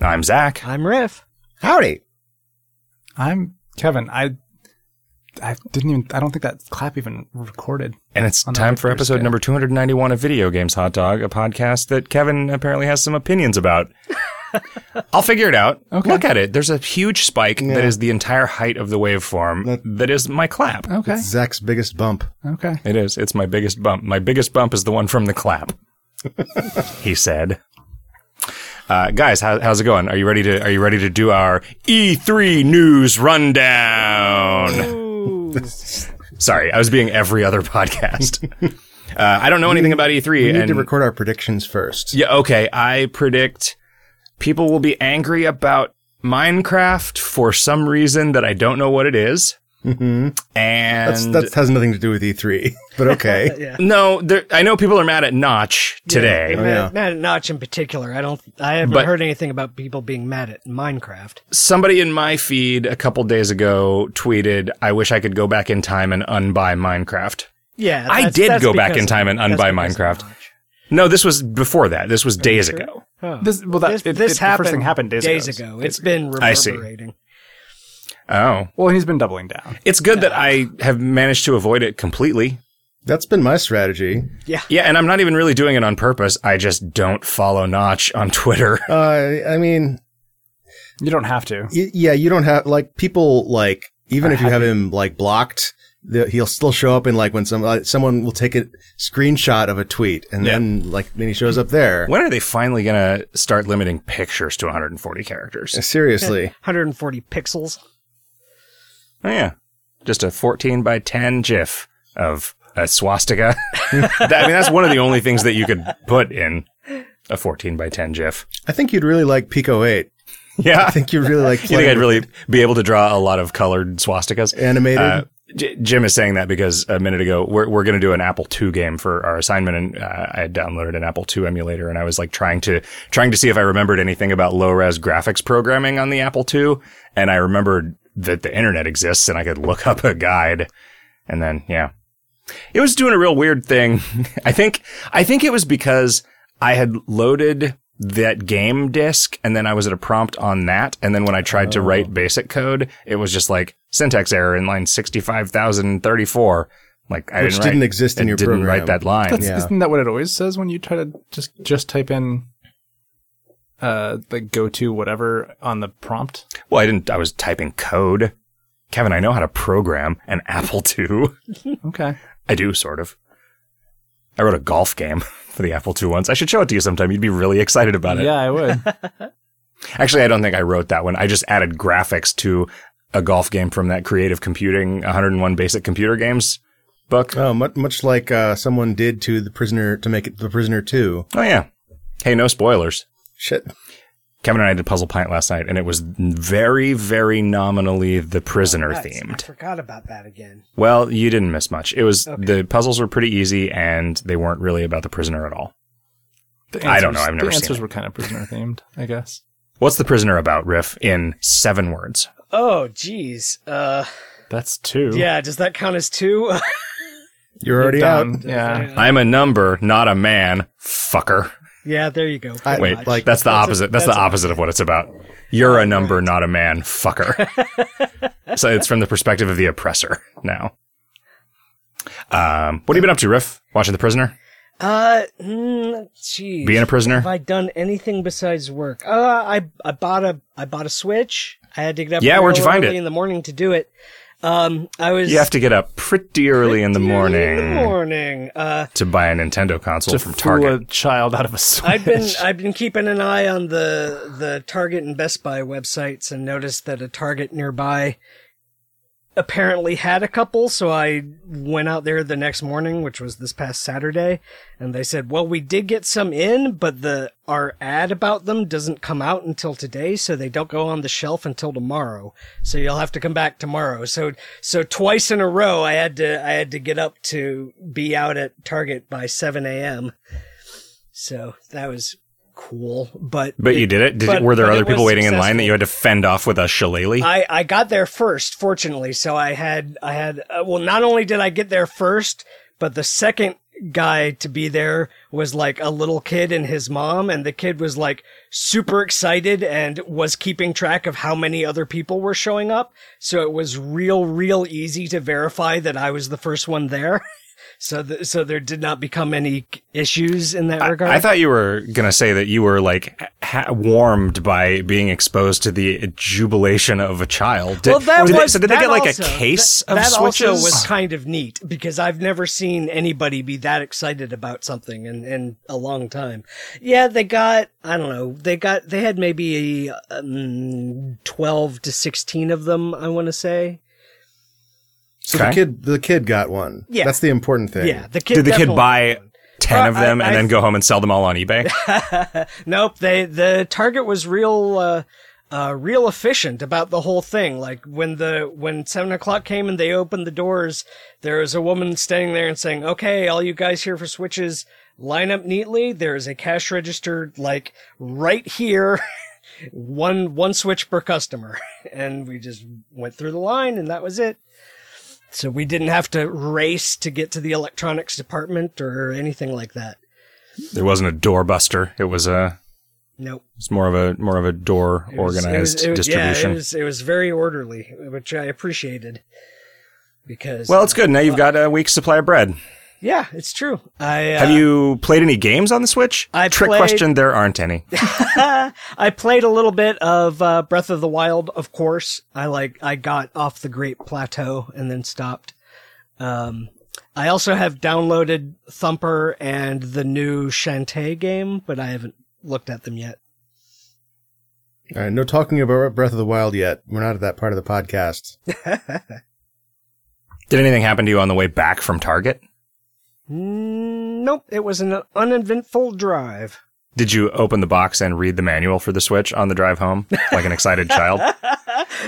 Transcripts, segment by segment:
I'm Zach. I'm Riff. Howdy. I'm Kevin. I I didn't even I don't think that clap even recorded. And it's On the time for Richter episode scale. number 291 of Video Games Hot Dog, a podcast that Kevin apparently has some opinions about. I'll figure it out. Okay. Look at it. There's a huge spike Yeah. that is the entire height of the waveform That- that is my clap. Okay. Zach's biggest bump. Okay. It is. It's my biggest bump. My biggest bump is the one from the clap. he said. Uh, guys, how, how's it going? Are you ready to Are you ready to do our E3 news rundown? Ooh. Sorry, I was being every other podcast. uh, I don't know anything about E3. We need and to record our predictions first. yeah, okay. I predict people will be angry about Minecraft for some reason that I don't know what it is. hmm And That's, that has nothing to do with E3, but okay. yeah. no, there, I know people are mad at Notch today. Yeah, Oh, mad, yeah. mad at Notch in particular. I don't. I haven't But- heard anything about people being mad at Minecraft. Somebody in my feed a couple days ago tweeted, "I wish I could go back in time and unbuy Minecraft." Yeah, I that's- did that's go back because in of- time and that's unbuy because of Minecraft. Notch. No, this was before that. This was days sure? ago. Oh. This well that this, it, this it- happened, the first thing happened days, ago. It's been I see. reverberating. Oh, Well, he's been doubling down. it's good that I have managed to avoid it completely. That's been my strategy. Yeah, and I'm not even really doing it on purpose. I just don't follow Notch on Twitter. Uh, I mean, You don't have to. y- yeah, you don't have, like, people, like, even if you have him, like, blocked, the, he'll still show up in, like, when some, uh, someone will take a screenshot of a tweet and Yeah. then, like, then he shows up there. When are they finally going to start limiting pictures to 140 characters? Uh, Seriously. 140 pixels. Oh, yeah. Just a 14 by 10 GIF of a swastika. That- I mean, that's one of the only things that you could put in a 14 by 10 GIF. I think you'd really like Pico 8. Yeah. I think you'd really like You think I'd really be able to draw a lot of colored swastikas? animated. Uh, J- Jim is saying that because a minute ago we're we're going to do an Apple II game for our assignment, and uh, I had downloaded an Apple II emulator, and I was like trying to trying to see if I remembered anything about low res graphics programming on the Apple II, and I remembered that the internet exists, and I could look up a guide, and then yeah, it was doing a real weird thing. I think I think it was because I had loaded that game disk and then I was at a prompt on that and then when I tried Oh. to write basic code it was just like syntax error in line 65034 like I Which didn't, didn't write, exist in I your didn't program. write that line That's, Yeah. Isn't that what it always says when you try to just just type in uh like go to whatever on the prompt? well I didn't I was typing code Kevin I know how to program an Apple II Okay. I do sort of I wrote a golf game for the Apple II once I should show it to you sometime you'd be really excited about it Yeah, I would. Actually, I don't think I wrote that one. I just added graphics to a golf game from that Creative Computing 101 Basic Computer Games book. Oh, much, much like uh, someone did to the prisoner to make it the prisoner two. Oh, yeah. Hey, no spoilers. Shit. Kevin and I did Puzzle Pint last night, and it was very, very nominally the prisoner Nice. I themed. forgot about that again. Well, you didn't miss much. It was Okay. the puzzles were pretty easy, and they weren't really about the prisoner at all. The I don't know, I've never the seen answers it. were kind of prisoner themed, I guess. What's the prisoner about, Riff? In seven words. Oh, geez. Uh, That's two. yeah. Does that count as two? You're You're already done. out. Yeah. Uh, I'm a number, not a man. Fucker. yeah. There you go. I- Wait, Pretty much. like- that's the That's a- opposite. that's, that's the a- opposite of what it's about. You're a number, not a man, fucker. so it's from the perspective of the oppressor now. Um, what have you been up to, Riff? Watching The Prisoner? Uh, mm, geez. Being a Have prisoner? I done anything besides work? Uh, I I bought a I bought a Switch. I had to get up. Yeah, real where'd you find early it? in the morning to do it? Um, I was You have to get up pretty early in the morning Morning. Uh, to buy a Nintendo console To from fool Target. a child out of a switch. I've been I've been keeping an eye on the the Target and Best Buy websites and noticed that a Target nearby apparently had a couple, so I went out there the next morning, which was this past Saturday, and they said, "Well, we did get some in, but the our ad about them doesn't come out until today, so they don't go on the shelf until tomorrow. So you'll have to come back tomorrow." So so twice in a row, I had to I had to get up to be out at Target by 7 a.m. So that was cool, but but it- you did it? Did but- were there but other it was people waiting in line successful. that you had to fend off with a shillelagh? I, I got there first, fortunately. So I had I had uh, well, not only did I get there first, but the second guy to be there was like a little kid and his mom, and the kid was like super excited and was keeping track of how many other people were showing up. So it was real, real easy to verify that I was the first one there. So, th- so there did not become any issues in that regard. I thought you were going to say that you were like ha- warmed by being exposed to the jubilation of a child. Did, well, that did they- was, so did they that get like also- a case that, of that switches? also was kind of neat because I've never seen anybody be that excited about something in, in a long time. Yeah, they got I don't know they got they had maybe um, twelve to sixteen of them. I want to say So Okay. the kid, the kid got one. Yeah. that's the important thing. yeah. The kid Did the kid definitely- buy ten Well, of them I- and I- then go home and sell them all on eBay? nope they the target was real uh uh, real efficient about the whole thing. Like when the when seven o'clock came and they opened the doors, there was a woman standing there and saying, "Okay, all you guys here for switches, line up neatly. There is a cash register like right here, one one switch per customer." And we just went through the line, and that was it. So we didn't have to race to get to the electronics department or anything like that. there wasn't a doorbuster. It was a Nope. it's more of a more of a door It was- it organized was- it was- distribution. Yeah, it was it was very orderly, which I appreciated because well, it's good. Now you've got a week's supply of bread. yeah, it's true. I uh, Have you played any games on the Switch? I Trick played- question. There aren't any. I played a little bit of uh, Breath of the Wild, of course. I like I got off the Great Plateau and then stopped. Um, I also have downloaded Thumper and the new Shantae game, but I haven't looked at them yet. All right, no talking about Breath of the Wild yet. We're not at that part of the podcast. Did anything happen to you on the way back from Target? Mm, nope, it was an uneventful drive. Did you open the box and read the manual for the Switch on the drive home like an excited child?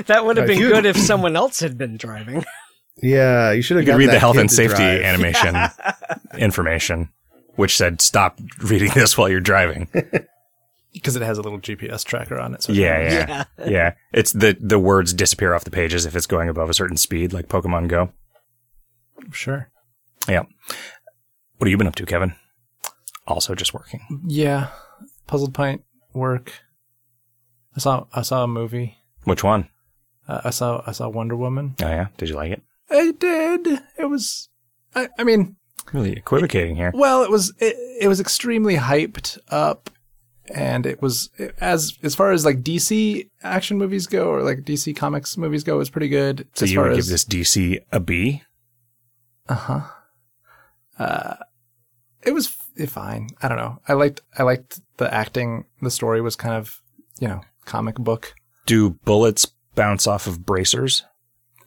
That would have Uh, been you- good if someone else had been driving. Yeah, you should have You could gotten read the that health kid and to safety drive. animation information, which said stop reading this while you're driving. because it has a little GPS tracker on it. So Yeah, yeah, yeah. It's the the words disappear off the pages if it's going above a certain speed, like Pokemon Go. sure. What have you been up to, Kevin? Also, just working. Yeah, Puzzled Pint work. I saw I saw a movie. Which one? Uh, I saw I saw Wonder Woman. Oh yeah, did you like it? I did. It was. I, I mean, Really equivocating here. well, it was it, it was extremely hyped up, and it was as as far as like DC action movies go or like DC comics movies go, it was pretty good. So as you far would as, give this DC a B? Uh-huh. Uh it was f- fine. I don't know. I liked I liked the acting. The story was kind of, you know, comic book Do bullets bounce off of bracers?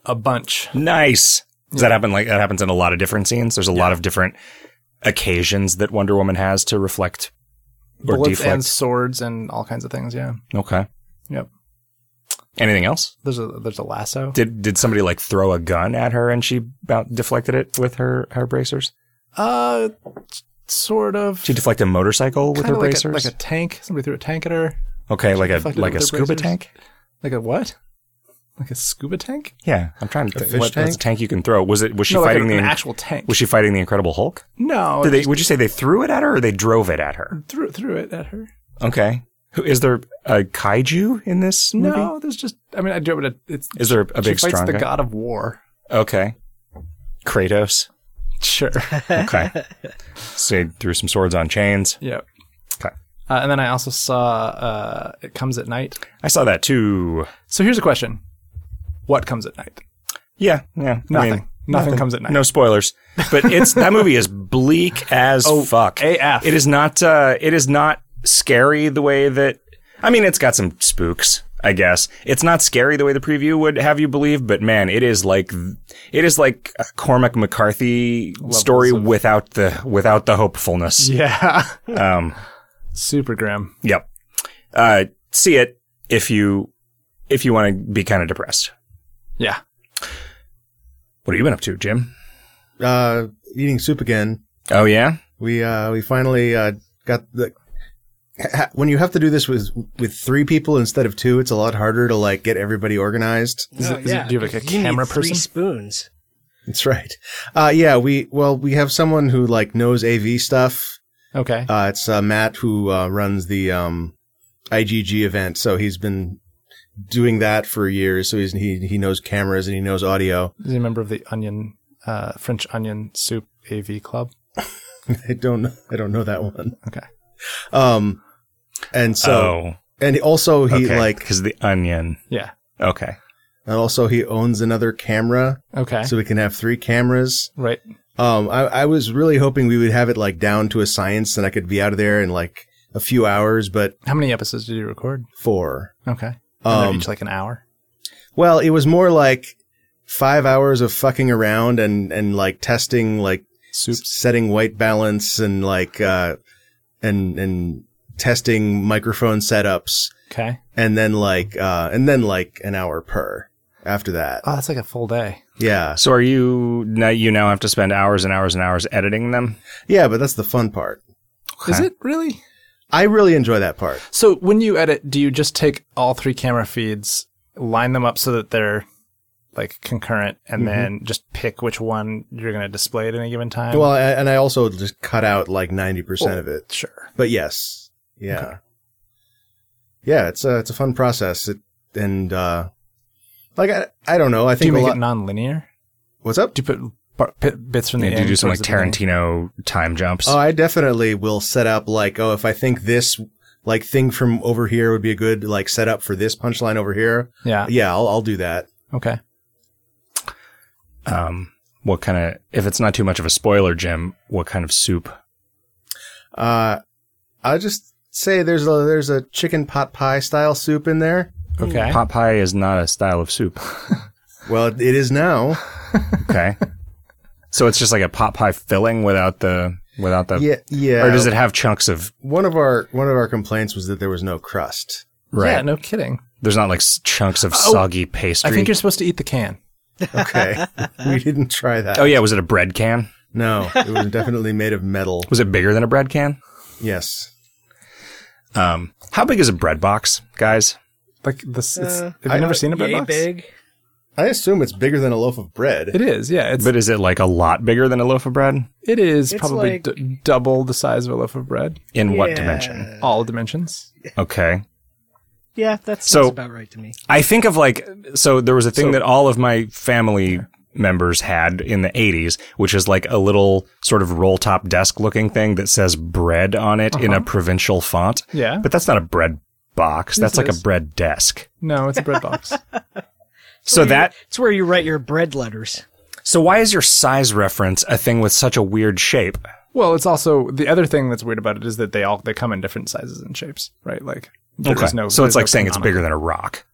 a bunch. Nice. Does that happen? Like that happens in a lot of different scenes. There's a lot of different occasions that Wonder Woman has to reflect or Bullets deflect. and swords and all kinds of things, yeah. okay. Yep. Anything else? There's a there's a lasso. Did did somebody like throw a gun at her and she bou- deflected it with her her bracers? Uh sort of She deflected a motorcycle with her kinda like bracers. A, like a tank. Somebody threw a tank at her. okay, like a deflected like with a her scuba bracers. tank. Like a what? Like a scuba tank? Yeah, I'm trying to A think. fish what, what's a tank? tank you can throw. Was it was she no, like fighting the an, an actual tank. was she fighting the Incredible Hulk? no, Did they they, would you say they threw it at her or they drove it at her? threw threw it at her. Okay. Who is there a kaiju in this movie? No, there's just I mean I do but it, it's Is there a she big fights strong the guy? god of war. Okay. Kratos. Sure. Okay. so he threw some swords on chains. Yep. Okay. Uh, and then I also saw uh, It Comes at Night. I saw that too. So here's a question What comes at night? Yeah, yeah. I Nothing. mean, nothing, comes at night. no spoilers. But it's that movie is bleak as fuck. AF. It is not uh it is not scary the way that I mean it's got some spooks, I guess. It's not scary the way the preview would have you believe, but man, it is like it is like a Cormac McCarthy story of- without the without the hopefulness. Yeah. Um Super grim. Yep. Uh, see it if you if you want to be kind of depressed. Yeah. What have you been up to, Jim? Uh, eating soup again. Oh yeah, We uh, we finally uh, got the. ha- When you have to do this with with three people instead of two, it's a lot harder to like get everybody organized. Is Oh, it- is it- do you have, like, a because need camera three person? spoons. That's right. Uh, yeah, we well we have someone who like knows AV stuff. Okay. Uh, it's uh, Matt who uh, runs the um, IGG event, so he's been doing that for years. So he's, he he knows cameras and he knows audio. Is he a member of the Onion uh, French Onion Soup AV Club? I don't know. I don't know that one. Okay. Um, and so oh, and also he okay. like because the onion. Yeah. Okay. and also he owns another camera, Okay. so we can have three cameras. right. Um, I, I was really hoping we would have it like down to a science, and I could be out of there in like a few hours, but How many episodes did you record? four. Okay. And they're Um, each like an hour. well, it was more like five hours of fucking around and and like testing, like Soup. setting white balance, and like uh, and and testing microphone setups, Okay. and then like uh, and then like an hour per after that. Oh, that's like a full day. Yeah, So are you now? You now have to spend hours and hours and hours editing them. yeah, but that's the fun part. Is Okay. it really? I really enjoy that part. So when you edit, do you just take all three camera feeds, line them up so that they're like concurrent, and Mhm. then just pick which one you're going to display at any given time? Well, I, and I also just cut out like ninety percent Um, Well, of it. sure. But yes, yeah, Okay. yeah. It's a it's a fun process, it, and uh, like I I don't know. I Do think you a make lot- it non-linear? what's up? Do you put bar- pit- bits from the Yeah, do end you do some like towards the Uh, beginning? Tarantino time jumps? Oh, I definitely will set up like oh, if I think this like thing from over here would be a good like setup for this punchline over here. Yeah. Yeah, I'll I'll do that. Okay. um, what kind of? If it's not too much of a spoiler, Jim, what kind of soup? Uh, I just say there's a there's a chicken pot pie style soup in there. Okay. Pot pie is not a style of soup. Well, it is now. Okay. so it's just like a pot pie filling without the without the. Yeah, yeah. Or does it have chunks of? One of our one of our complaints was that there was no crust. Right. Yeah. No kidding. There's not like s- chunks of Oh, soggy pastry. I think you're supposed to eat the can. Okay, we didn't try that. oh yeah, was it a bread can? No, it was definitely made of metal. Was it bigger than a bread can? Yes. Um, how big is a bread box, guys? Like this. It's, Uh, have you I- never seen a bread Yay box? big. I assume it's bigger than a loaf of bread. It is. Yeah. It's But is it like a lot bigger than a loaf of bread? it is It's probably like- d- double the size of a loaf of bread. In what Yeah. dimension? All dimensions. Okay. Yeah, that sounds So- about right to me. I think of like so there was a thing So- that all of my family members had in the 80s which is like a little sort of roll top desk looking thing that says bread on it in a provincial font. Uh-huh. Yeah. But that's not a bread box. Yes, that's it like is. a bread desk. No, it's a bread box. So that It's where you write your bread letters. so why is your size reference a thing with such a weird shape? Well, it's also the other thing that's weird about it is that they all they come in different sizes and shapes, right? Like there is no. so it's there's no like saying it's canonical- bigger than a rock.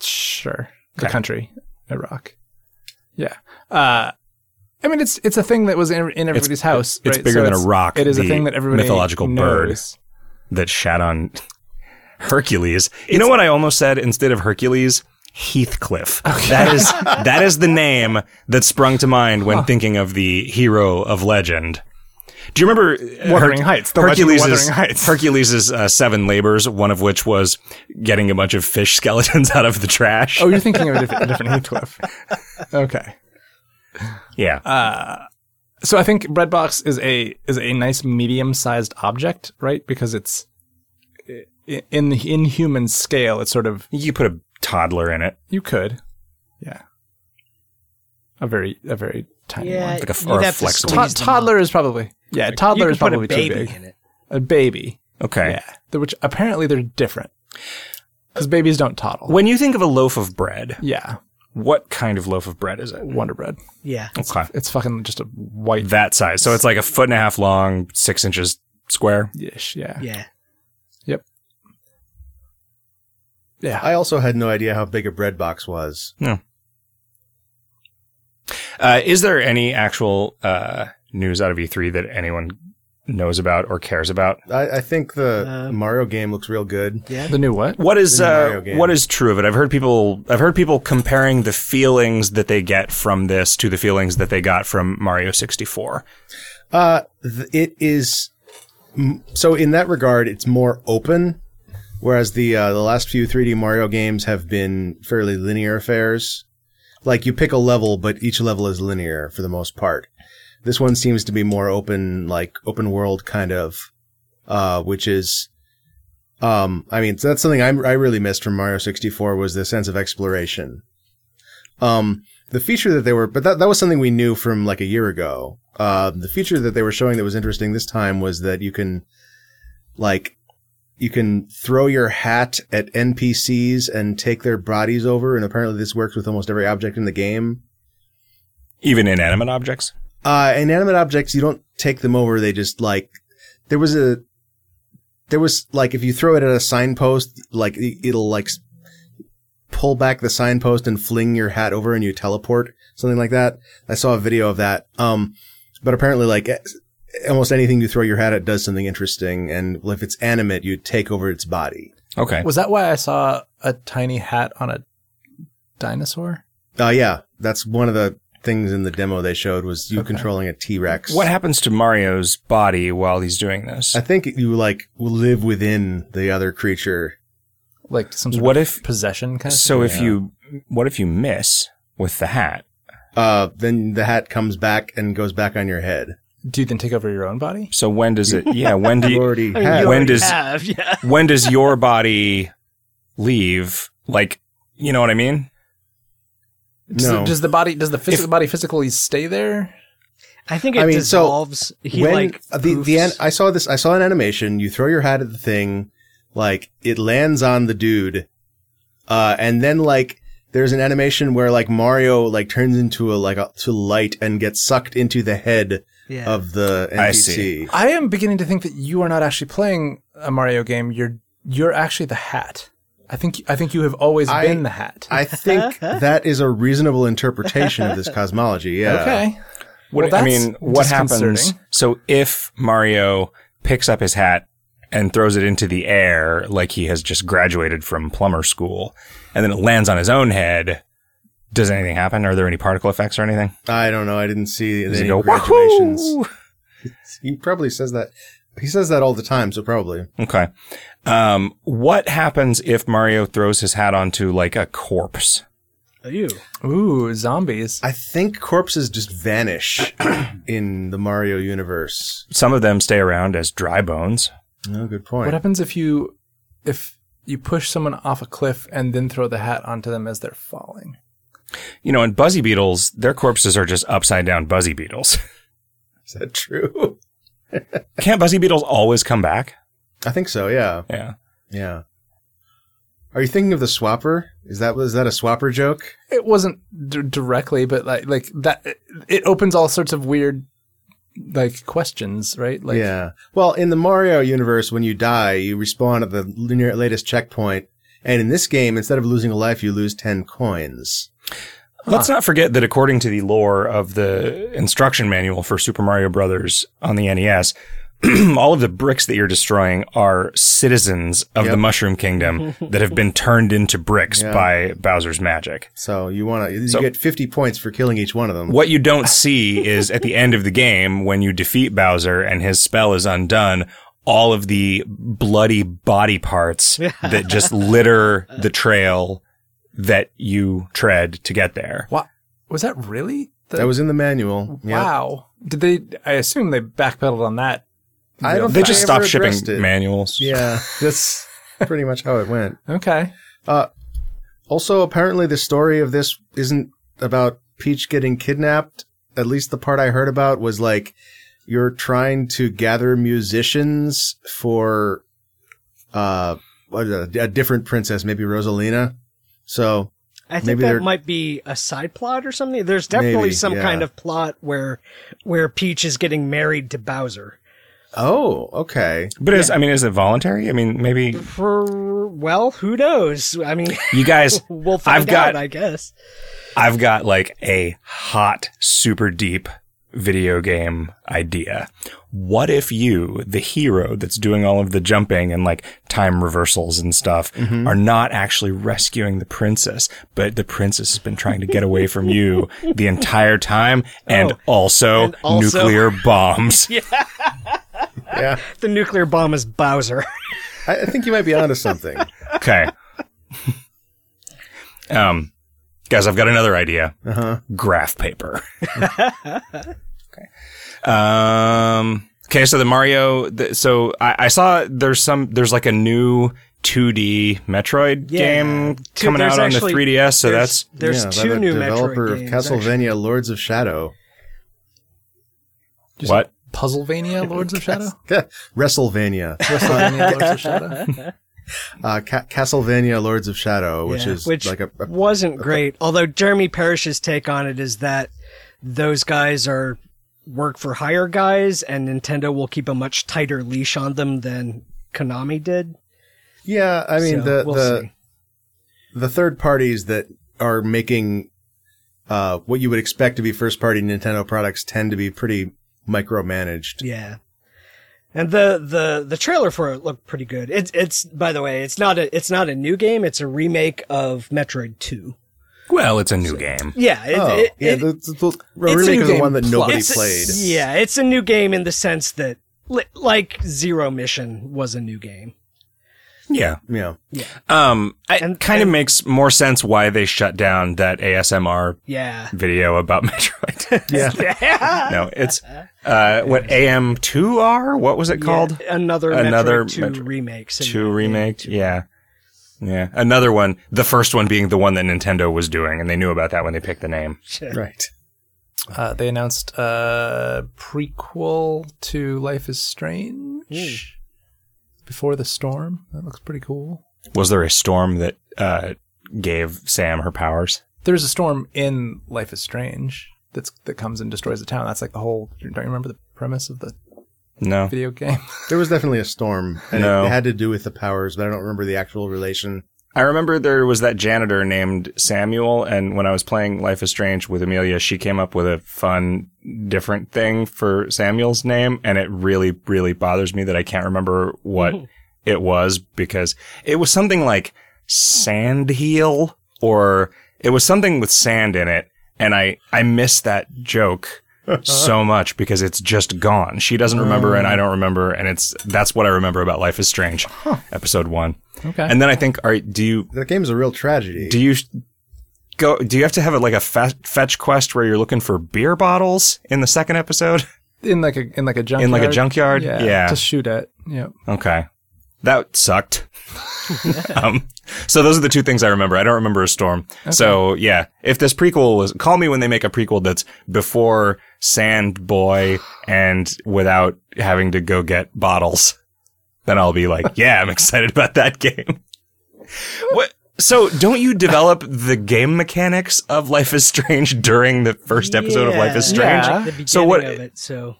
Sure, the Okay. country, Iraq. Yeah, uh, I mean it's it's a thing that was in, in everybody's house. it's right? bigger So than a it's- rock, It is a the thing that everybody mythological bird. knows. that shat on Hercules. You know what I almost said instead of Hercules? Heathcliff. That is that is the name that sprung to mind when thinking of the hero of legend. Do you remember uh, Wuthering Heights, the legend of Wuthering Heights. Hercules's uh, seven labors, one of which was getting a bunch of fish skeletons out of the trash. Oh, you're thinking of a different, a different Heathcliff. Okay. Uh, yeah. So I think breadbox is a is a nice medium sized object, right? Because it's i- in the inhuman scale. It's sort of you could put a toddler in it, You could. Yeah. A very a very tiny Yeah, one. like a f- you'd or a have to flexible- squeeze To- them toddler is probably yeah. up. You Toddler could is probably put a too baby big. in it. A baby. okay. Yeah. The- Which apparently they're different because babies don't toddle. When you think of a loaf of bread, yeah. what kind of loaf of bread is it? Wonder Bread. Yeah, Okay. It's fucking just a white that size. So it's like a foot and a half long, six inches square. dish. Yeah. yeah. Yeah. I also had no idea how big a bread box was. Uh, is there any actual uh, news out of E3 that anyone knows about or cares about? I, I think the Uh, Mario game looks real good. Yeah. the new what? What is The uh, Mario game. what is true of it? I've heard people I've heard people comparing the feelings that they get from this to the feelings that they got from Mario 64. Uh, th- it is m- so in that regard, it's more open, whereas the uh, the last few 3D Mario games have been fairly linear affairs. like you pick a level, but each level is linear for the most part. This one seems to be more open, like open world kind of, uh, which is, um, I mean, that's something I, I really missed from Mario 64 was the sense of exploration. Um, the feature that they were, but that, that was something we knew from like a year ago. Uh, the feature that they were showing that was interesting this time was that you can, like, you can throw your hat at NPCs and take their bodies over, and apparently this works with almost every object in the game. Even inanimate objects. Uh, inanimate objects, you don't take them over; they just like there was a there was like if you throw it at a signpost, like it- it'll like s- pull back the signpost and fling your hat over, and you teleport something like that. I saw a video of that. Um, but apparently, like eh, almost anything you throw your hat at does something interesting, and if it's animate, you take over its body. Okay. Was that why I saw a tiny hat on a dinosaur? Uh, yeah, that's one of the things in the demo they showed was you Okay. controlling a T Rex. What happens to Mario's body while he's doing this? I think you like live within the other creature. Like some sort What of if- possession kind of So thing? if you, what if you miss with the hat? Uh, then the hat comes back and goes back on your head. do you then take over your own body? So when does it? Yeah, when do You you, already I mean, had. you When already does- have, yeah. when does your body leave? Like, you know what I mean? Does, No. the, does the body does the physical body physically stay there? I think it I mean, so dissolves. he when like uh, the the poofs. an- I saw this. I saw an animation. You throw your hat at the thing, like it lands on the dude, uh, and then like there's an animation where like Mario like turns into a like a to light and gets sucked into the head yeah. of the NPC. I see. I am beginning to think that you are not actually playing a Mario game. You're you're actually the hat. I think I think you have always I- been the hat. I uh, think that is a reasonable interpretation of this cosmology. Yeah. Okay. What, Well, I that's mean, what happens? disconcerting. So if Mario picks up his hat and throws it into the air like he has just graduated from plumber school, and then it lands on his own head, does anything happen? Are there any particle effects or anything? I don't know. I didn't see Does any it go graduations. "Wahoo!" He probably says that. He says that all the time. So probably. Okay. Um, what happens if Mario throws his hat onto like a corpse? Ew. Ooh, zombies. I think corpses just vanish in the Mario universe. Some of them stay around as dry bones. No, good point. What happens if you if you push someone off a cliff and then throw the hat onto them as they're falling? You know, and buzzy beetles, their corpses are just upside down buzzy beetles. Is that true? Can't buzzy beetles always come back? I think so. Yeah. Yeah. Yeah. Are you thinking of the swapper? Is that was that a swapper joke? It wasn't d- directly, but like like that. It, it opens all sorts of weird like questions, right? Like yeah. Well, in the Mario universe, when you die, you respawn at the near- latest checkpoint. And in this game, instead of losing a life, you lose 10 coins. Let's not forget that according to the lore of the instruction manual for Super Mario Brothers on the NES, all of the bricks that you're destroying are citizens of Yep. the Mushroom Kingdom that have been turned into bricks Yeah. by Bowser's magic. So you want to, you So- get 50 points for killing each one of them. What you don't see is at the end of the game when you defeat Bowser and his spell is undone, all of the bloody body parts that just litter the trail that you tread to get there. what was that really? The- That was in the manual. Yeah. wow. Did they? I assume they backpedaled on that. I real don't They think just I stopped ever shipping addressed it. manuals. Yeah. That's pretty much how it went. Uh, Okay. Also, apparently, the story of this isn't about Peach getting kidnapped. At least the part I heard about was like you're trying to gather musicians for uh what is it, a different princess, maybe Rosalina. So I think Maybe that they're- might be a side plot or something. There's definitely Maybe, some yeah. kind of plot where where Peach is getting married to Bowser. oh, okay. But is I mean, is it voluntary? I mean, maybe For well, who knows? I mean, you guys. we'll find I've got- out. I guess. I've got like a hot, super deep video game idea. What if you, the hero that's doing all of the jumping and like time reversals and stuff, Mm-hmm. are not actually rescuing the princess, but the princess has been trying to get away from you the entire time and, also, Oh, and also- nuclear bombs? Yeah. The nuclear bomb is Bowser. I, I think you might be onto something. Okay. Um, Guys, I've got another idea. Uh Uh-huh. huh. Graph paper. Um. Okay, so the Mario. The, so I, I saw there's some there's like a new 2D Metroid Yeah. game Two- coming there's out on the actually- 3DS. So that's there's- there's Yeah, by two the new developer Metroid of games. Castlevania actually. Lords of Shadow. Just what Puzzlevania Lords of Shadow? WrestleVania. Wrestlemania Lords of Shadow? Uh, Ca- Castlevania Lords of Shadow, which Yeah. is Which like a, a wasn't great. Although Jeremy Parrish's take on it is that those guys are work for hire guys, and Nintendo will keep a much tighter leash on them than Konami did. yeah. I mean So, the we'll the see. the third parties that are making uh, what you would expect to be first party Nintendo products tend to be pretty micromanaged. yeah. And the, the, the trailer for it looked pretty good. It's it's by the way, it's not a it's not a new game. It's a remake of Metroid Two. well, it's a new game. Yeah, it, oh, it- yeah. it- the, the, the, a a remake new of the game one that plus. nobody it's a- played. yeah, it's a new game in the sense that li- like Zero Mission was a new game. Yeah. Yeah. Um. It And- kind of and- makes more sense why they shut down that ASMR Yeah. video about Metroid. Yeah. yeah. no, it's uh what AM2R. What was it called? Yeah, another Another another two Metroid remake. so two yeah, remake. Yeah. Yeah. Another one. The first one being the one that Nintendo was doing, and they knew about that when they picked the name. shit. Right. Uh, they announced a prequel to Life is Strange Before the Storm. That looks pretty cool. Was there a storm that uh, gave Sam her powers? There's a storm in Life is Strange that's that comes and destroys the town. That's like the whole. Don't you remember the premise of the No. video game? There was definitely a storm, and No. it, it had to do with the powers, but I don't remember the actual relation. I remember there was that janitor named Samuel, and when I was playing Life is Strange with Amelia, she came up with a fun, different thing for Samuel's name, and it really, really bothers me that I can't remember what it was because it was something like Sandheel, or it was something with sand in it, and I I miss that joke so much because it's just gone. She doesn't remember, and I don't remember, and it's that's what I remember about Life is Strange, episode one. Okay. And then I think, are do you That game's a real tragedy. do you go? Do you have to have a, like a fe- fetch quest where you're looking for beer bottles in the second episode in like a in like a junkyard. in like a junkyard? Yeah. To shoot at. Yeah. Okay, that sucked. um, so those are the two things I remember. I don't remember a storm. So yeah, if this prequel was, call me when they make a prequel that's before Sand Boy and without having to go get bottles, then I'll be like, yeah, I'm excited about that game. What? So don't you develop the game mechanics of Life is Strange during the first episode of Life is Yeah, Strange? Yeah. at The beginning So what- Of it, so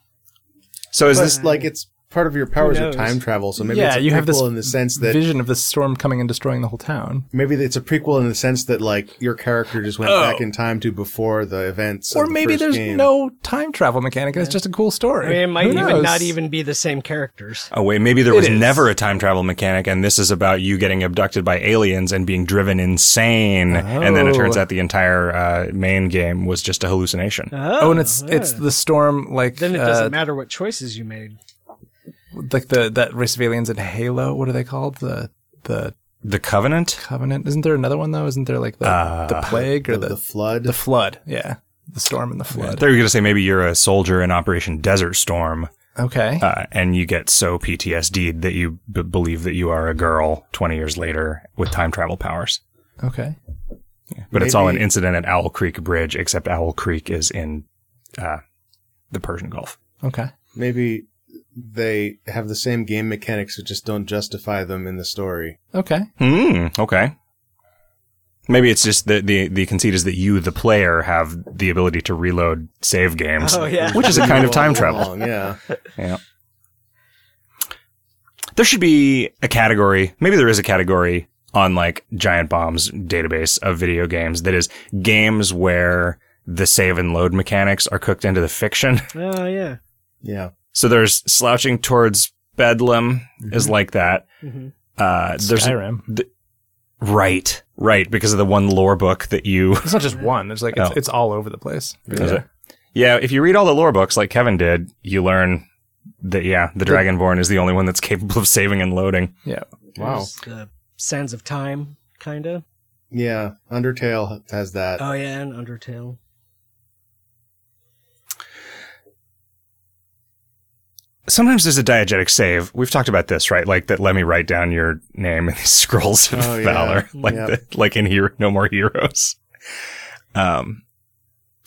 So is But, this like it's part of your powers of knows? time travel? So maybe Yeah, it's a you prequel have this in the sense that Vision of this storm coming and destroying the whole town. maybe it's a prequel in the sense that like your character just went Oh. back in time to before the events. Or of the maybe first there's game. no time travel mechanic. and It's just a cool story. I mean, it might Who even knows? not even be the same characters. Oh wait, maybe there was is. never a time travel mechanic, and this is about you getting abducted by aliens and being driven insane, and then it Oh. turns out the entire uh, main game was just a hallucination. Oh, and it's it's the storm like then it uh, doesn't matter what choices you made. like the that race of aliens in Halo. What are they called? The the the Covenant. Covenant. Isn't there another one though? Isn't there like the Uh, the plague or the, the, the the flood. flood? Yeah, the storm and the I flood. thought you were gonna say maybe you're a soldier in Operation Desert Storm, Okay, uh, and you get so PTSD'd that you b- believe that you are a girl 20 years later with time travel powers. okay. But it's all an Maybe- incident at Owl Creek Bridge, except Owl Creek is in uh, the Persian Gulf. Okay. maybe they have the same game mechanics that just don't justify them in the story. Okay. Hmm. Okay. Maybe it's just the, the the conceit is that you, the player, have the ability to reload save games, Oh yeah. which is a kind of time All travel. along, yeah. There should be a category. Maybe there is a category on like Giant Bomb's database of video games that is games where the save and load mechanics are cooked into the fiction. Oh yeah. Yeah. So there's slouching towards Bedlam Mm-hmm. is like that. Mhm. Uh, there's a- Skyrim. right, right because of the one lore book that you It's not just one. There's like it's, Oh. it's all over the place. Is it? Yeah, if you read all the lore books like Kevin did, you learn that yeah, the Dragonborn is the only one that's capable of saving and loading. Yeah. Wow. There's The Sands of Time, kind of. Yeah, Undertale has that. Uh, Oh yeah, and Undertale. Sometimes there's a diegetic save. We've talked about this, right? Like that. Let me write down your name in these scrolls of Oh, yeah. valor, like Yep. the, like in Hero, No More Heroes. Um,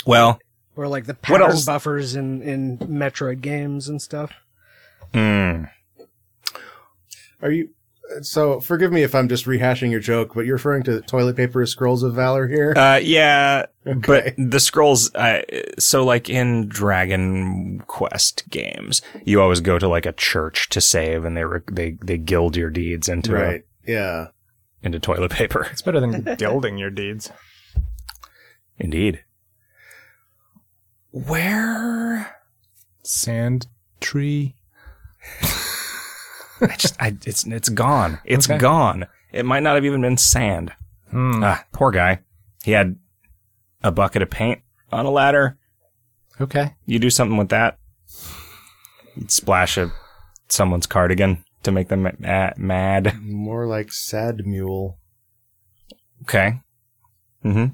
well, Or like the What pattern else? buffers in, in Metroid games and stuff. hmm. Are you? So forgive me if I'm just rehashing your joke, but you're referring to toilet paper as scrolls of valor here. Uh, yeah, Okay. but the scrolls. Uh, so, like in Dragon Quest games, you always go to like a church to save, and they re- they they gild your deeds into right. Yeah. into toilet paper. It's better than gilding your deeds. Indeed. Where Sand tree. I just I, it's it's gone. It's Okay. gone. It might not have even been sand. Hmm. Ah, poor guy. He had a bucket of paint on a ladder. Okay. You do something with that. You'd splash a someone's cardigan to make them ma- mad. More like sad mule. Okay. Mm-hmm.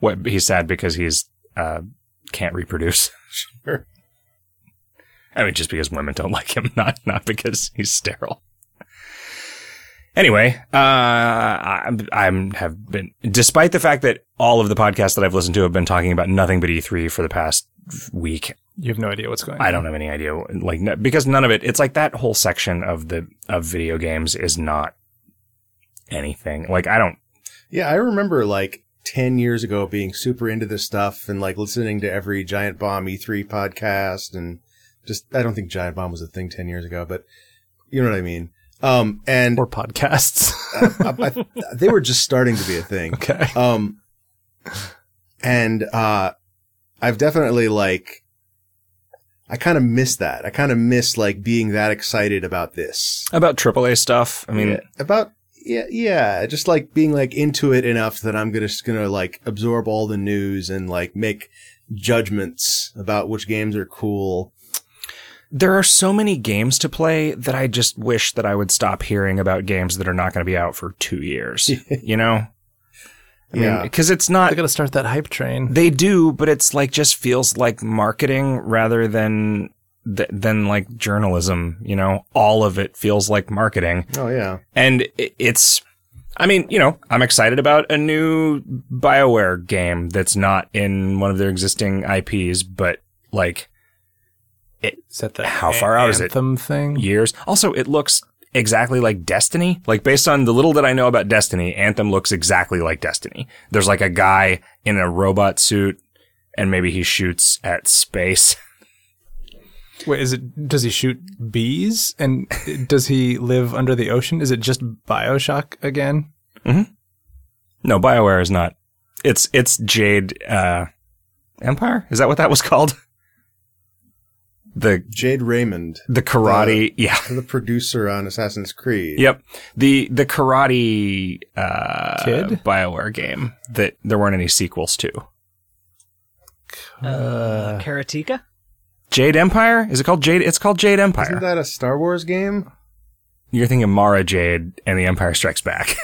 What he's sad because he's uh can't reproduce. Sure. I mean, just because women don't like him, not not because he's sterile. Anyway, uh, I'm, I'm have been, despite the fact that all of the podcasts that I've listened to have been talking about nothing but E3 for the past week, You have no idea what's going on. I don't have any idea. Like, no, because none of it. It's like that whole section of the of video games is not anything. Like, I don't. Yeah, I remember like 10 years ago being super into this stuff and like listening to every Giant Bomb E3 podcast and just, I don't think Giant Bomb was a thing 10 years ago, but you know what I mean. Um, and Or podcasts. I, I, they were just starting to be a thing. okay. Um, and, uh, I've definitely like, I kind of miss that. I kind of miss like being that excited about this. About AAA stuff, I mean, Yeah, about yeah, yeah, just like being like into it enough that I'm gonna just gonna like absorb all the news and like make judgments about which games are cool. there are so many games to play that I just wish that I would stop hearing about games that are not going to be out for two years. you know, I mean, yeah, because it's not. I gotta start that hype train. They do, but it's like just feels like marketing rather than th- than like journalism. You know, all of it feels like marketing. oh yeah, and i- it's i mean you know i'm excited about a new bioware game that's not in one of their existing ips but like Is that the How far out is it? Anthem thing? years also it looks exactly like destiny like based on the little that i know about destiny anthem looks exactly like destiny there's like a guy in a robot suit and maybe he shoots at space Wait, is it? Does he shoot bees? And does he live under the ocean? Is it just Bioshock again? no bioware is not it's it's jade uh empire is that what that was called the Jade Raymond, the karate yeah the producer on Assassin's Creed. Yep. The the karate uh Kid? BioWare game that there weren't any sequels to. Uh, Karateka? Jade Empire? Is it called Jade? It's called Jade Empire. Isn't that a Star Wars game? You're thinking Mara Jade and the Empire Strikes Back.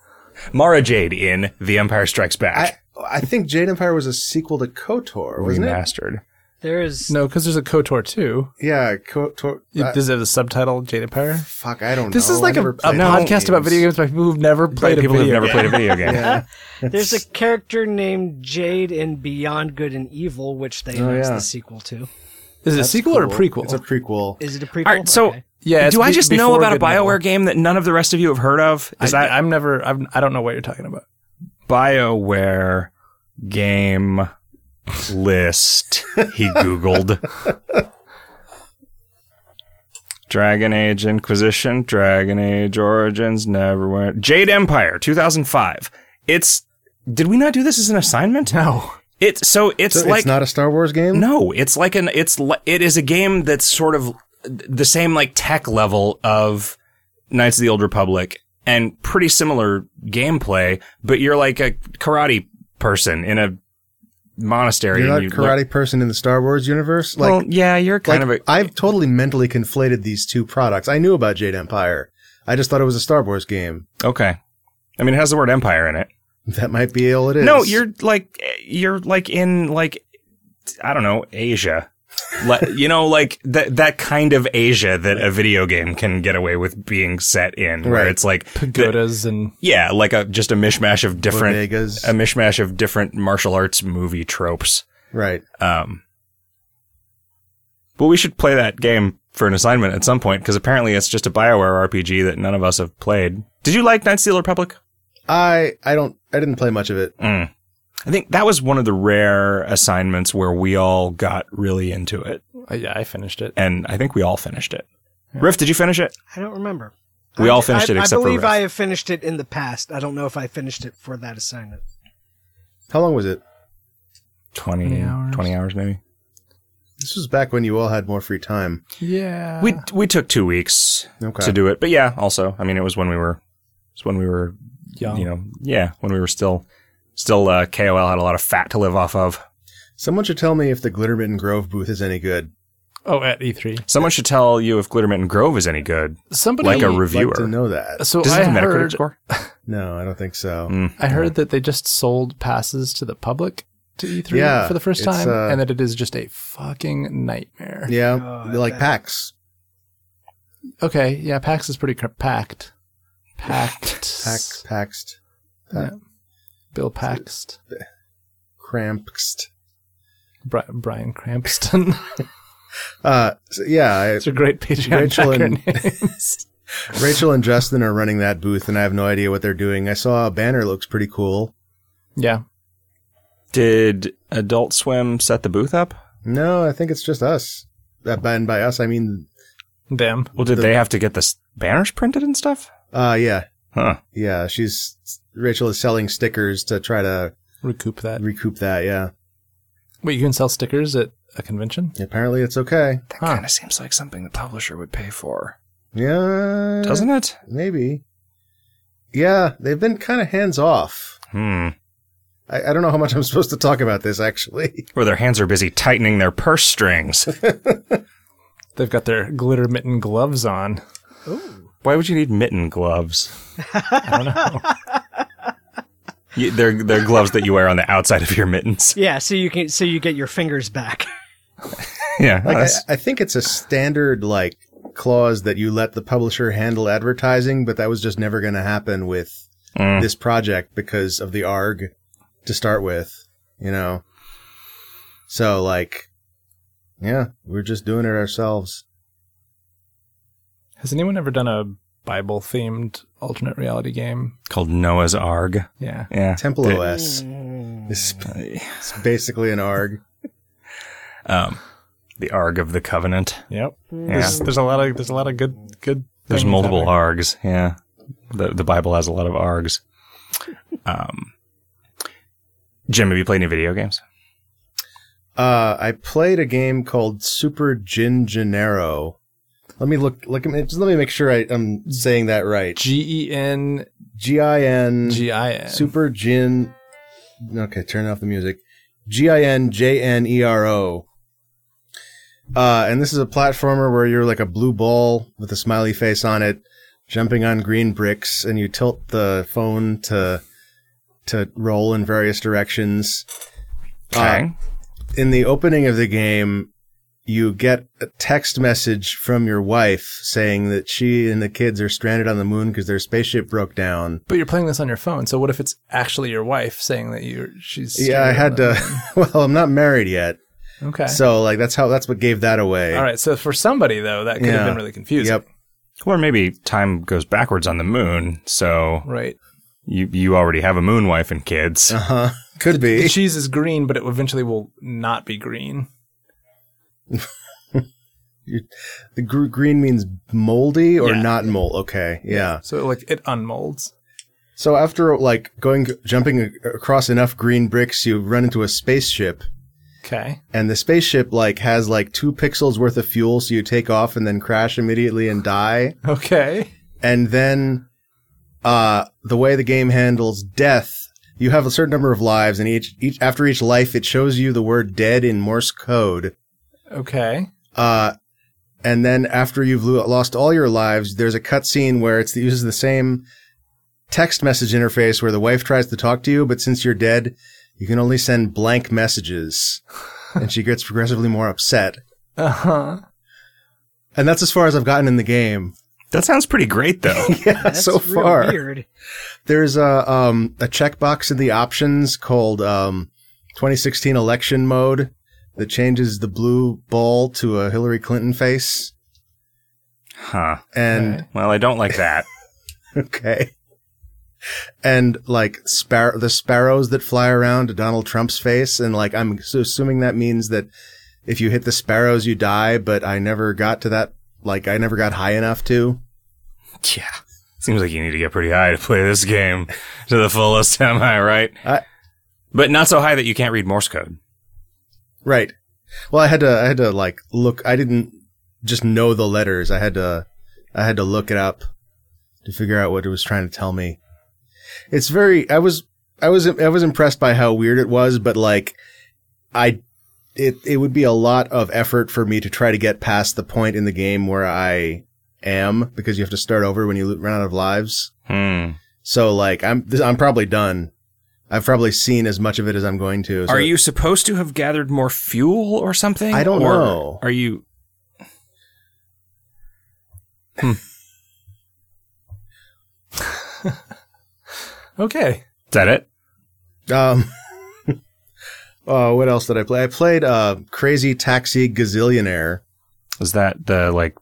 Mara Jade in The Empire Strikes I Back. I think Jade Empire was a sequel to KOTOR, wasn't it? remastered. There is No, because there's a Kotor too. Yeah, KOTOR. It- I- does it have the subtitle Jade Empire? fuck, I don't know. Uh, This is I like a, never a played those podcast about video games by people who've never By played a people video. who've never game. played a video game. Yeah. there's a character named Jade in Beyond Good and Evil, which they announced yeah. the sequel to. Is it a That's sequel or a cool. prequel? It's a prequel. Is it a prequel? All right, so Okay. yeah. it's do I be- just know before about a Good and BioWare Evil. game that none of the rest of you have heard of? Is I, that I'm never. I've, I don't know what you're talking about. BioWare game list he googled Dragon Age Inquisition, Dragon Age Origins, Neverwinter, Jade Empire 2005. It's did we not do this as an assignment? No. It's so it's So like it's not a Star Wars game. no, it's like an it's li- it is a game that's sort of the same like tech level of Knights of the Old Republic and pretty similar gameplay, but you're like a karate person in a monastery. You're and not you a karate person in the Star Wars universe. Learn, Like, well, yeah, you're kind like, of a. I've totally mentally conflated these two products. I knew about Jade Empire. I just thought it was a Star Wars game. Okay. I mean, it has the word empire in it. That might be all it is. No, you're like you're like in like I don't know Asia. Like, you know, like that that kind of Asia that a video game can get away with being set in, where Right. it's like pagodas and yeah, like a just a mishmash of different Um, Bodegas. a mishmash of different martial arts movie tropes. right. Um, but we should play that game for an assignment at some point because apparently it's just a Bioware RPG that none of us have played. Did you like Night Steel Republic? I I don't I didn't play much of it. Mm. I think that was one of the rare assignments where we all got really into it, uh, yeah, I finished it. and I think we all finished it. Riff, did you finish it? I don't remember. We I- all finished I- it except I for believe Riff. I have finished it in the past. I don't know if I finished it for that assignment. How long was it? 20, 20 20 hours. hours, maybe. This was back when you all had more free time. Yeah, We we took two weeks Okay. to do it, but yeah, also, I mean, it was when we were, it's when we were, young. you know, yeah, when we were still, still uh, KOL had a lot of fat to live off of. Someone should tell me if the Glitter Mitten Grove booth is any good. oh, at E3, Someone should tell you if Glittermitten Grove is any good, somebody like a I'd reviewer. Like to know that. So Does it I have a Metacritic heard, score? No, I don't think so. Mm. I heard that they just sold passes to the public to E3 Yeah, for the first it's, time, uh, and that it is just a fucking nightmare. Yeah, Oh, they like that- packs. Okay, yeah, PAX is pretty cr- packed. Packed. PAX, paxed, Bill Paxed. cramped. Bri- Brian Crampston. Uh, so yeah, It's a great Patreon Rachel backer and- names. I, Rachel and Justin are running that booth, and I have no idea what they're doing. I saw a banner looks pretty cool. yeah. Did Adult Swim set the booth up? No, I think it's just us. Uh, by- And by us, I mean, Them. Well, did The- they have to get the s- banners printed and stuff? uh, yeah, Huh. yeah. She's Rachel is selling stickers to try to Recoup that. recoup that. Yeah, Wait, you can sell stickers at a convention? apparently it's okay. That Huh. kind of seems like something the publisher would pay for, Yeah, doesn't it? maybe. Yeah, they've been kind of hands off. Hmm. I, I don't know how much I'm supposed to talk about this actually. Or their hands are busy tightening their purse strings. They've got their glitter mitten gloves on. Why would you need mitten gloves? I don't know. You, they're they're gloves that you wear on the outside of your mittens. Yeah, so you can so you get your fingers back. Yeah. Like that's- I, I think it's a standard like clause that you let the publisher handle advertising, but that was just never going to happen with Mm. this project because of the ARG to start with, you know. So like, yeah, we're just doing it ourselves. Has anyone ever done a Bible themed alternate reality game? called Noah's Arg. Yeah. Yeah. Temple They- OS Mm. is is basically an ARG. Um, the Arg of the Covenant. Yep. Yeah. There's, there's a lot of there's a lot of good good. There's things multiple happening. args. Yeah. The the Bible has a lot of args. Um, Jim, have you played any video games? Uh, I played a game called Super Gin Gennaro. Let me look. Look at me. Just let me make sure I, I'm saying that right. G E N G I N G I N. Super Gin. Okay, turn off the music. G I N J N E R O. Uh, and this is a platformer where you're like a blue ball with a smiley face on it, jumping on green bricks, and you tilt the phone to to roll in various directions. Uh, Okay. in the opening of the game, you get a text message from your wife saying that she and the kids are stranded on the moon because their spaceship broke down. But you're playing this on your phone, so what if it's actually your wife saying that you're she's? yeah, I had to. well, I'm not married yet, Okay. so like that's how that's what gave that away. All right. So for somebody though, that could Yeah. have been really confusing. Yep. Or maybe time goes backwards on the moon, so Right. you you already have a moon wife and kids. Uh huh. Could The be. cheese is green, but it eventually will not be green. The gr- green means moldy or Yeah. not mold. Okay. Yeah. So like it unmolds. So after like going jumping a- across enough green bricks, you run into a spaceship. Okay. and the spaceship like has like two pixels worth of fuel, so you take off and then crash immediately and die. Okay. And then uh the way the game handles death, you have a certain number of lives, and each each after each life it shows you the word dead in Morse code. Okay. Uh and then after you've lo- lost all your lives, there's a cutscene where it's it uses the same text message interface where the wife tries to talk to you, but since you're dead, you can only send blank messages. and she gets progressively more upset. Uh huh. And that's as far as I've gotten in the game. That sounds pretty great, though. Yeah, That's so real far. weird. There's a um a checkbox in the options called um 2016 election mode that changes the blue ball to a Hillary Clinton face. huh. And Right. Well, I don't like that. okay. And like spar- the sparrows that fly around to Donald Trump's face, and like I'm s- assuming that means that if you hit the sparrows, you die. But I never got to that. Like I never got high enough to. yeah. Seems like you need to get pretty high to play this game to the fullest, am I right? I- but not so high that you can't read Morse code. Right. Well, I had to. I had to like look. I didn't just know the letters. I had to. I had to look it up to figure out what it was trying to tell me. It's very. I was. I was. I was impressed by how weird it was, but like, I. It it would be a lot of effort for me to try to get past the point in the game where I am because you have to start over when you lo- run out of lives. Hmm. So like, I'm. This, I'm probably done. I've probably seen as much of it as I'm going to. so- Are you supposed to have gathered more fuel or something? I don't Or know. Are you? Okay. Is that it? Um, oh, what else did I play? I played uh, Crazy Taxi Gazillionaire. Is that the like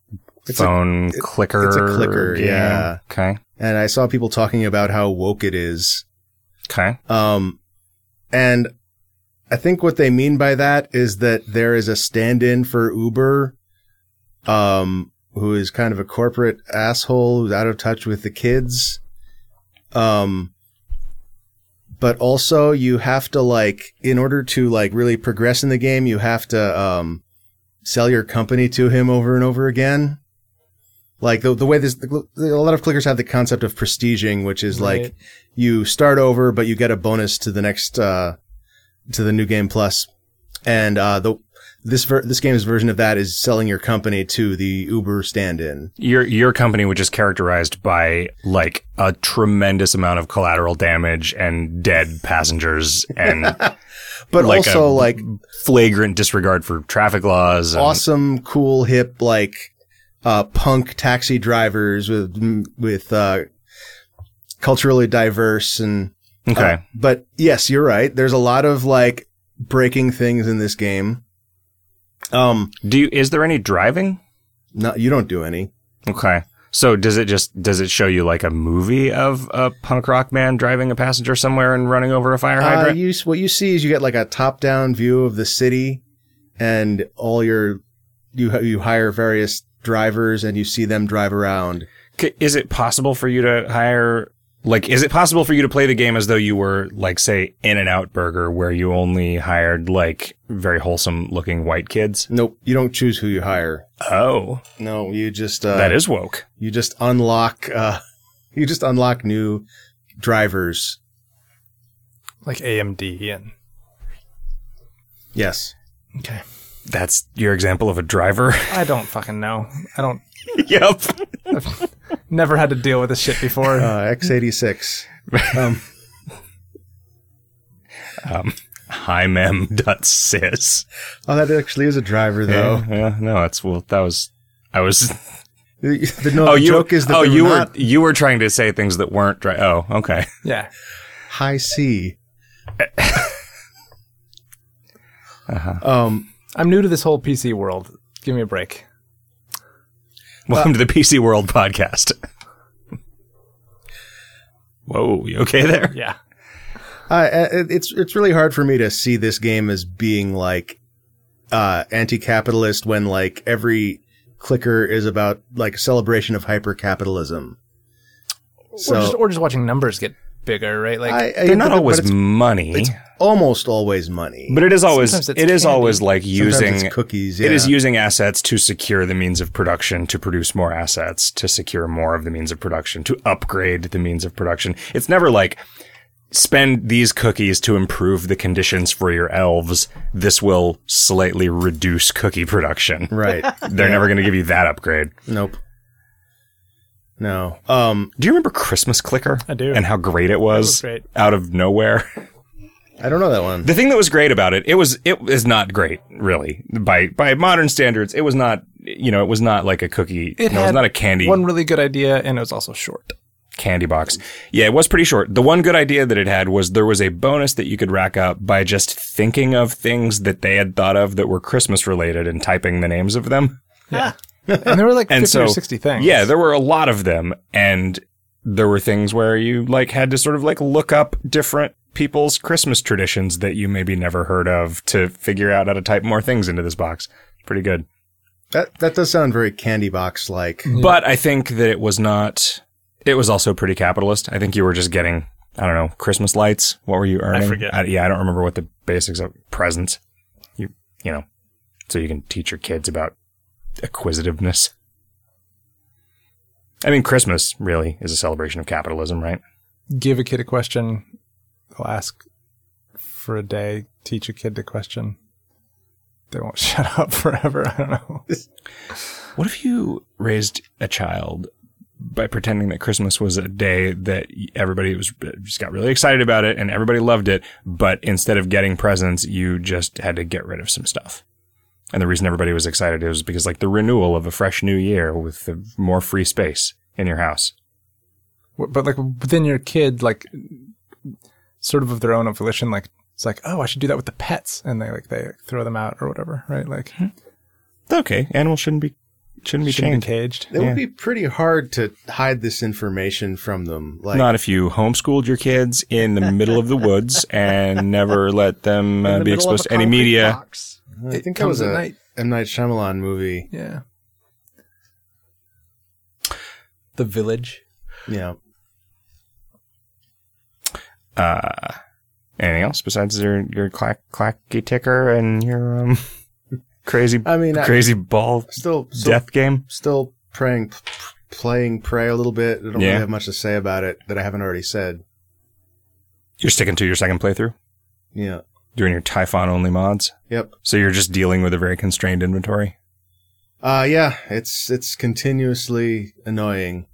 It's a- phone clicker? it's a clicker, game? yeah. Okay. And I saw people talking about how woke it is. Okay. Um, and I think what they mean by that is that there is a stand in for Uber, um, who is kind of a corporate asshole who's out of touch with the kids. Um, but also you have to like, in order to like really progress in the game, you have to, um, sell your company to him over and over again. Like the, the way this, the, a lot of clickers have the concept of prestiging, which is like, Right. you start over, but you get a bonus to the next uh, to the new game plus. And uh, the this ver- this game's version of that is selling your company to the Uber stand-in. Your your company, which is characterized by like a tremendous amount of collateral damage and dead passengers and But Like um, also a- like flagrant disregard for traffic laws. And, awesome, cool, hip, like uh, punk taxi drivers with with uh, culturally diverse and Okay. Uh, but yes, you're right. There's a lot of like breaking things in this game. Um, Do you, is there any driving? not you don't do any. Okay. So does it just does it show you like a movie of a punk rock man driving a passenger somewhere and running over a fire Uh, hydrant? you, s- what you see is you get like a top-down view of the city, and all your you h- you hire various drivers, and you see them drive around. C- is it possible for you to hire like is it possible for you to play the game as though you were like say in and out burger where you only hired like very wholesome looking white kids? Nope, you don't choose who you hire. Oh, No, you just uh, that is woke. you just unlock uh, you just unlock new drivers. Like AMD and. Yes, Okay. That's your example of a driver. I don't fucking know. I don't. yep. Never had to deal with this shit before. uh, X eighty six. Um, Um hi mem dot sis. oh, that actually is a driver though. Yeah, yeah, no, that's well that was I was The, no, the joke is that oh, they're you not were you were trying to say things that weren't dry. Oh, okay. yeah. high C. Uh-huh. Um, I'm new to this whole PC world. Give me a break. Welcome to the PC World podcast. Whoa, you okay there? Yeah. I- I, it's it's really hard for me to see this game as being like uh, anti-capitalist when like every clicker is about like a celebration of hyper-capitalism. or, just, So or just watching numbers get bigger, right? Like, I, I- They're not but- but always it's money, almost always money. but it is always Sometimes it it's is candy. always like Sometimes using it's cookies. it is yeah. using assets to secure the means of production, to produce more assets, to secure more of the means of production, to upgrade the means of production. It's never like spend these cookies to improve the conditions for your elves. This will slightly reduce cookie production. right. They're never going to give you that upgrade. Nope. No. Um, Do you remember Christmas Clicker? I do. And how great it was, was great. out of nowhere. I don't know that one. The thing that was great about it, it was it is not great really by by modern standards. It was not you know it was not like a cookie. It no, it was had not a candy One really good idea, and it was also short. candy box. Yeah, it was pretty short. The one good idea that it had was there was a bonus that you could rack up by just thinking of things that they had thought of that were Christmas related and typing the names of them. And there were like And 50 or so- 60 things. Yeah, there were a lot of them, and there were things where you like had to sort of like look up different people's Christmas traditions that you maybe never heard of to figure out how to type more things into this box. Pretty good, That that does sound very candy box like. but I think that it was not. It was also pretty capitalist. I think you were just getting. I don't know Christmas lights. What were you earning? forget. yeah, I don't remember what the basics of presents. You you know, so you can teach your kids about acquisitiveness. I mean, Christmas really is a celebration of capitalism, right? Give a kid a question, they'll ask for a day, teach a kid the question. They won't shut up forever. I don't know. What if you raised a child by pretending that Christmas was a day that everybody was just got really excited about it and everybody loved it, but instead of getting presents, you just had to get rid of some stuff. And the reason everybody was excited was because like the renewal of a fresh new year with the more free space in your house. W- But like within your kid, like sort of of their own volition, like it's like, oh, I should do that with the pets, and they like they throw them out or whatever, right? Like Hmm. Okay, animals shouldn't be shouldn't be shouldn't chained. be caged. It would be pretty hard to hide this information from them. Like Not if you homeschooled your kids in the middle of the woods and never let them in uh, the be middle of exposed a to any concrete media. box. I It think that comes was at a night. M Night Shyamalan movie. Yeah. The village. Yeah. Uh, anything else besides your your clack clacky ticker and your um crazy I mean, I- crazy ball Still, still death game? still praying, p- playing prey a little bit. I don't Yeah. really have much to say about it that I haven't already said. You're sticking to your second playthrough, Yeah. doing your Typhon only mods. Yep. So you're just dealing with a very constrained inventory. Uh yeah, it's it's continuously annoying.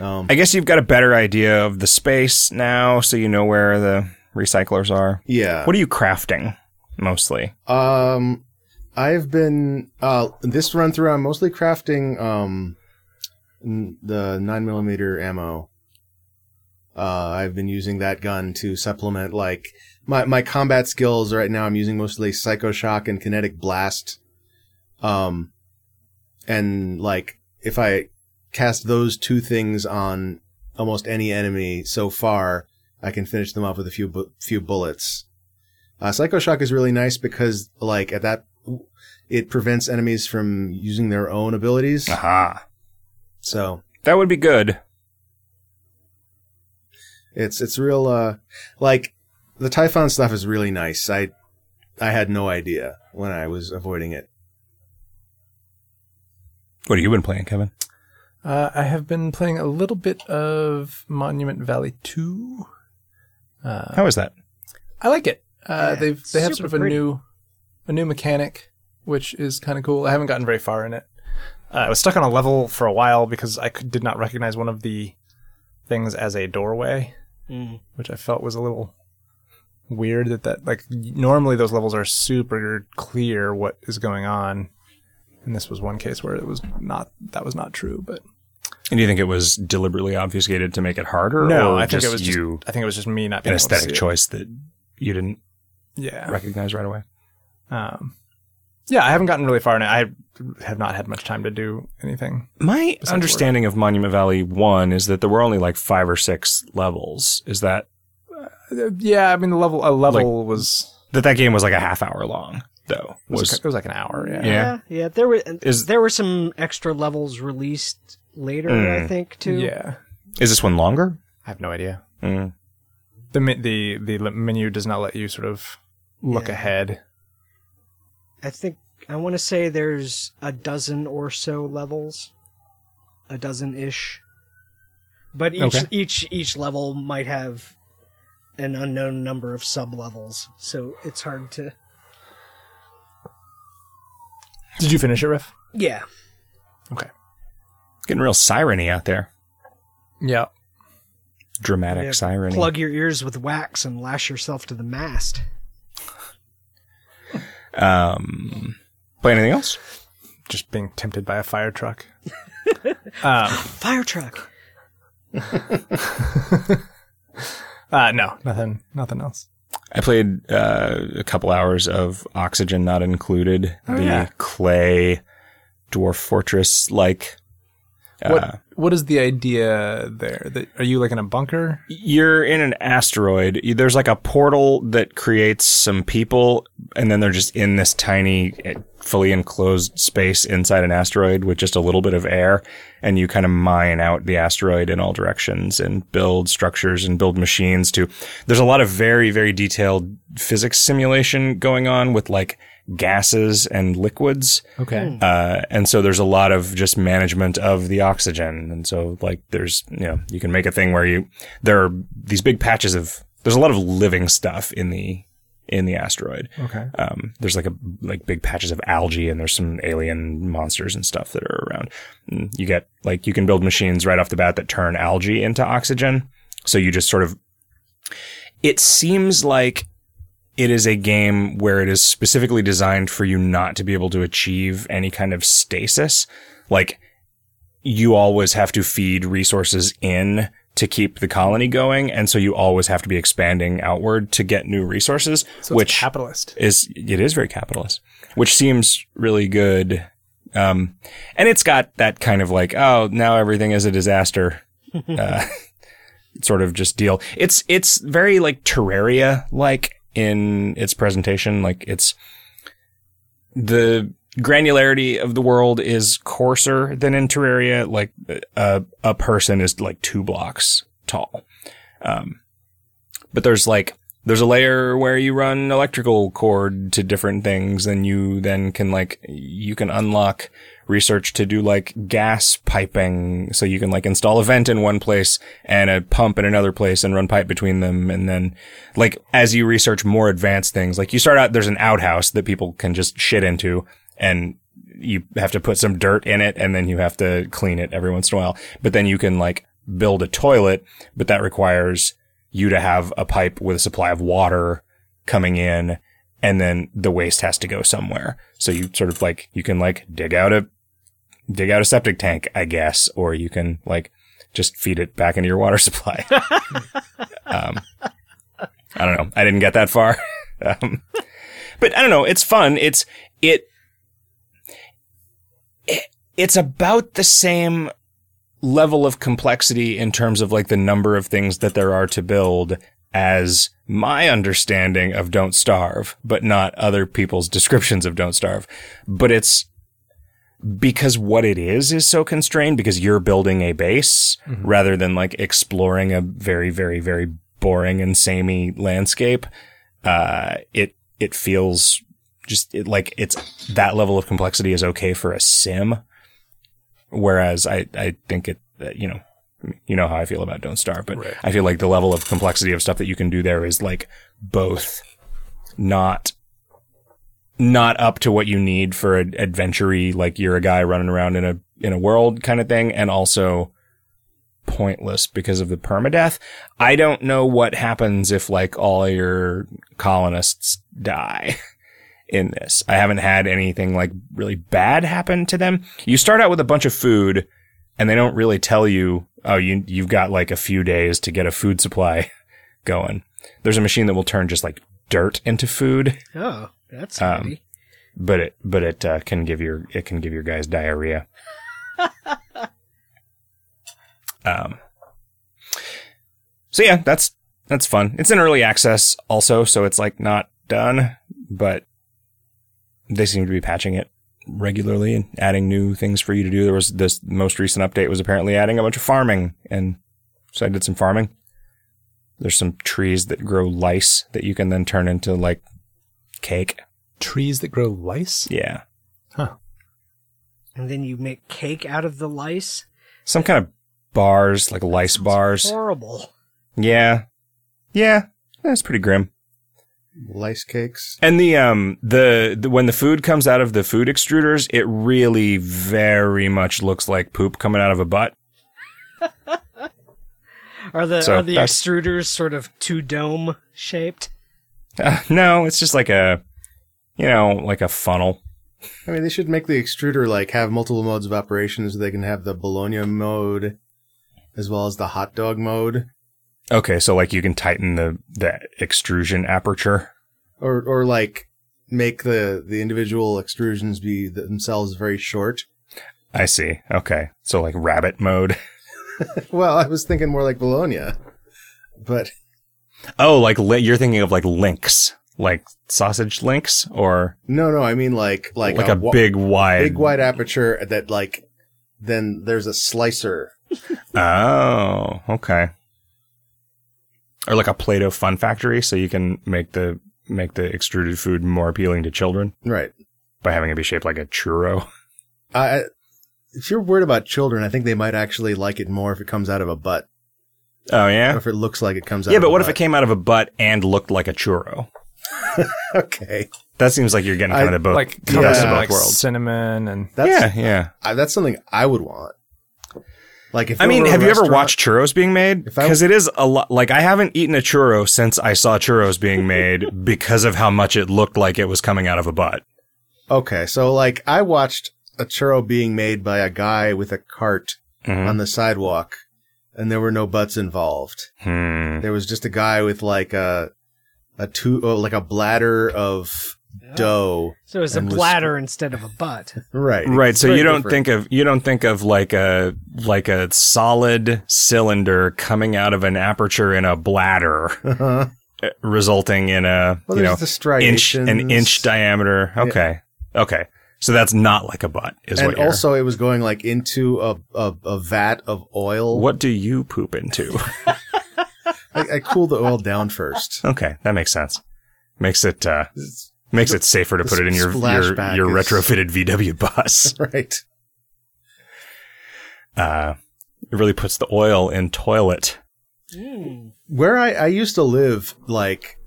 Um I guess you've got a better idea of the space now, so you know where the recyclers are. yeah. What are you crafting mostly? Um, I've been uh this run through. I'm mostly crafting um n- the nine millimeter ammo. Uh, I've been using that gun to supplement like my my combat skills right now. I'm using mostly Psycho Shock and Kinetic Blast. Um, and like if I cast those two things on almost any enemy so far, I can finish them off with a few bu- few bullets. Uh, Psycho Shock is really nice because, like, at that, it prevents enemies from using their own abilities. Ah. Aha, So that would be good. it's it's real. Uh, like the Typhon stuff is really nice. I I had no idea when I was avoiding it. What have you been playing, Kevin? Uh, I have been playing a little bit of Monument Valley 2. Uh, How is that? I like it. Uh, Yeah, they've they have super sort of a pretty. new a new mechanic, which is kind of cool. I haven't gotten very far in it. Uh, I was stuck on a level for a while because I could, did not recognize one of the things as a doorway, Mm. which I felt was a little weird. That that like normally those levels are super clear what is going on, and this was one case where it was not that was not true. But And do you think it was deliberately obfuscated to make it harder? no, or I think it just was you. Just, I think it was just me not being an able to aesthetic see it. choice that you didn't Yeah. recognize right away. Um, yeah, I haven't gotten really far in it. I have not had much time to do anything. My Besides understanding of Monument Valley 1 is that there were only like five or six levels. Is that Uh, Yeah, I mean the level a level was that that game was like a half hour long though? was, Was it was like an hour. Yeah. Yeah. yeah, yeah. There were Is- there were some extra levels released later, Mm. I think, too. Yeah. is this one longer? I have no idea. Mm. The me- the the le- menu does not let you sort of look Yeah. ahead. I think I want to say there's a dozen or so levels, a dozen ish. But each Okay. each each level might have an unknown number of sub levels, so it's hard to. Did you finish it, Riff? Yeah, Okay. Getting real sireny out there. Yeah. Dramatic Yeah, irony. Plug your ears with wax and lash yourself to the mast. Um, play anything else? Just being tempted by a fire truck. um, Fire truck. uh, no, nothing, nothing else. I played uh, a couple hours of Oxygen Not Included, Oh, the yeah. clay dwarf uh, fortress like. What What is the idea there? That are you like in a bunker? You're in an asteroid. There's like a portal that creates some people, and then they're just in this tiny, eh, fully enclosed space inside an asteroid with just a little bit of air. And you kind of mine out the asteroid in all directions and build structures and build machines to. There's a lot of very, very detailed physics simulation going on with like gases and liquids. Okay. Uh, and so there's a lot of just management of the oxygen. And so like there's, you know, you can make a thing where you, there are these big patches of, there's a lot of living stuff in the, in the asteroid. Okay. Um, there's like a, like big patches of algae and there's some alien monsters and stuff that are around. And you get like, you can build machines right off the bat that turn algae into oxygen. So you just sort of, it seems like it is a game where it is specifically designed for you not to be able to achieve any kind of stasis. Like you always have to feed resources in to keep the colony going. And so you always have to be expanding outward to get new resources, So it's which capitalist? is it is very capitalist, which seems really good. Um, and it's got that kind of like, oh, now everything is a disaster, uh, sort of just deal. It's it's very like Terraria like in its presentation. Like it's the granularity of the world is coarser than in Terraria. Like a a person is like two blocks tall. Um, but there's like there's a layer where you run electrical cord to different things and you then can like you can unlock research to do like gas piping so you can like install a vent in one place and a pump in another place and run pipe between them and then like as you research more advanced things like you start out there's an outhouse that people can just shit into and you have to put some dirt in it and then you have to clean it every once in a while but then you can like build a toilet but that requires you to have a pipe with a supply of water coming in and then the waste has to go somewhere. So you sort of like, you can like dig out a, dig out a septic tank, I guess, or you can like just feed it back into your water supply. um, I don't know. I didn't get that far. um, but I don't know. It's fun. It's, it, it, it's about the same level of complexity in terms of like the number of things that there are to build as my understanding of Don't Starve, but not other people's descriptions of Don't Starve. But it's because what it is is so constrained because you're building a base rather than like exploring a very, very, very boring and samey landscape. Uh, it, it feels just it, like it's that level of complexity is okay for a sim. Whereas I, I think it, that, you know, you know how I feel about Don't Starve, but Right. I feel like the level of complexity of stuff that you can do there is like both not, not up to what you need for an adventure like you're a guy running around in a, in a world kind of thing. And also pointless because of the permadeath. I don't know what happens if like all your colonists die in this. I haven't had anything like really bad happen to them. You start out with a bunch of food and they don't really tell you, oh, you, you've got like a few days to get a food supply going. There's a machine that will turn just like dirt into food, Oh, that's Um, handy. but it, but it uh, can give your, it can give your guys diarrhea. um, so yeah, that's, that's fun. It's in early access also, so it's like not done, but they seem to be patching it regularly and adding new things for you to do. There was this most recent update was apparently adding a bunch of farming, and so I did some farming. There's some trees that grow lice that you can then turn into like cake. Trees that grow lice. Yeah, and then you make cake out of the lice. some kind of bars like lice bars. Horrible. Yeah, yeah, that's pretty grim. Lice cakes. And the um the, the when the food comes out of the food extruders, it really very much looks like poop coming out of a butt. Are the So are the that's- extruders sort of two dome shaped? Uh, no, it's just like a, you know, like a funnel. I mean, they should make the extruder like have multiple modes of operation so they can have the bologna mode as well as the hot dog mode Okay, so like you can tighten the the extrusion aperture. or or like make the the individual extrusions be themselves very short. I see. Okay, so like rabbit mode. Well, I was thinking more like bologna. But Oh, like li- you're thinking of like links, like sausage links, or no, no, I mean like like, like, a, wa- big wide. big wide aperture that like then there's a slicer. Oh, okay. Or like a Play-Doh Fun Factory, so you can make the make the extruded food more appealing to children Right. by having it be shaped like a churro. I I- if you're worried about children, I think they might actually like it more if it comes out of a butt. Oh Or yeah. if it looks like it comes out Yeah, of but a what if it butt. came out of a butt and looked like a churro? Okay. That seems like you're getting kind I- of the both. like the covered best in of both like worlds. cinnamon and That's yeah, yeah. I, that's something I would want. Like if I it mean, were a have you ever restaurant- watched churros being made? If I- Because it is a lot. Like I haven't eaten a churro since I saw churros being made because of how much it looked like it was coming out of a butt. Okay, so like I watched a churro being made by a guy with a cart Mhm. on the sidewalk, and there were no butts involved. Hmm. There was just a guy with like a a two oh, like a bladder of dough. So it's a And was- bladder instead of a butt. Right. right It's so very you don't different. think of you don't think of like a like a solid cylinder coming out of an aperture in a bladder Uh-huh. uh, resulting in a Well, you there's know the inch striations. an inch diameter okay okay so that's not like a butt is and what you're also it was going like into a a, a vat of oil. what do you poop into I, I cooled the oil down first. okay that makes sense makes it uh makes it safer to the put it in your your, splashback your is- retrofitted vw bus right. uh it really puts the oil in toilet Mm. where I, I used to live, like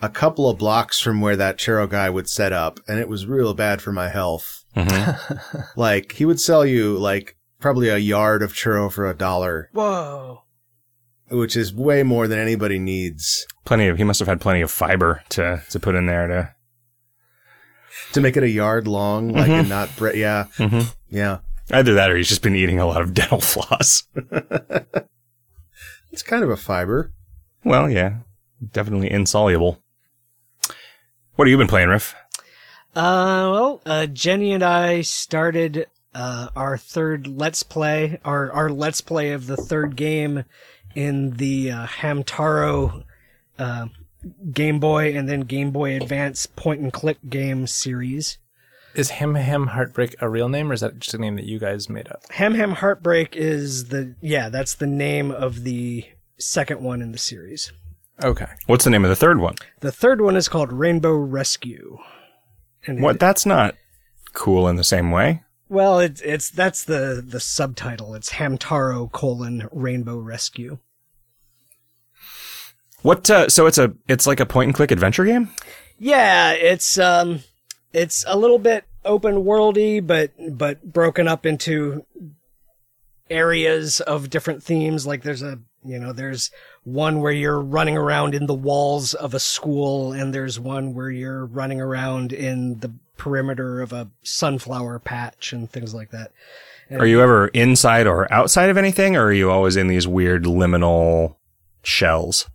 a couple of blocks from where that churro guy would set up, and it was real bad for my health. Mhm. Like he would sell you like probably a yard of churro for a dollar, Whoa. which is way more than anybody needs plenty of he must have had plenty of fiber to to put in there to to make it a yard long, like Mhm. and not bre- yeah, mhm. yeah. Either that or he's just been eating a lot of dental floss. It's kind of a fiber. Well, yeah. Definitely insoluble. What have you been playing, Riff? Uh, well, uh, Jenny and I started uh, our third Let's Play, our, our Let's Play of the third game in the uh, Hamtaro uh, Game Boy and then Game Boy Advance point and click game series. is Ham Ham Heartbreak a real name or is that just a name that you guys made up? Ham Ham Heartbreak is the, yeah, that's the name of the second one in the series. Okay. What's the name of the third one? The third one is called Rainbow Rescue. And What? That's not cool in the same way. Well, it's it's that's the the subtitle. It's Hamtaro colon Rainbow Rescue. What? Uh, so it's a it's like a point and click adventure game. Yeah, it's um, it's a little bit open worldy, but but broken up into areas of different themes. Like there's a you know there's one where you're running around in the walls of a school, and there's one where you're running around in the perimeter of a sunflower patch and things like that. Are you ever inside or outside of anything, or are you always in these weird liminal shells?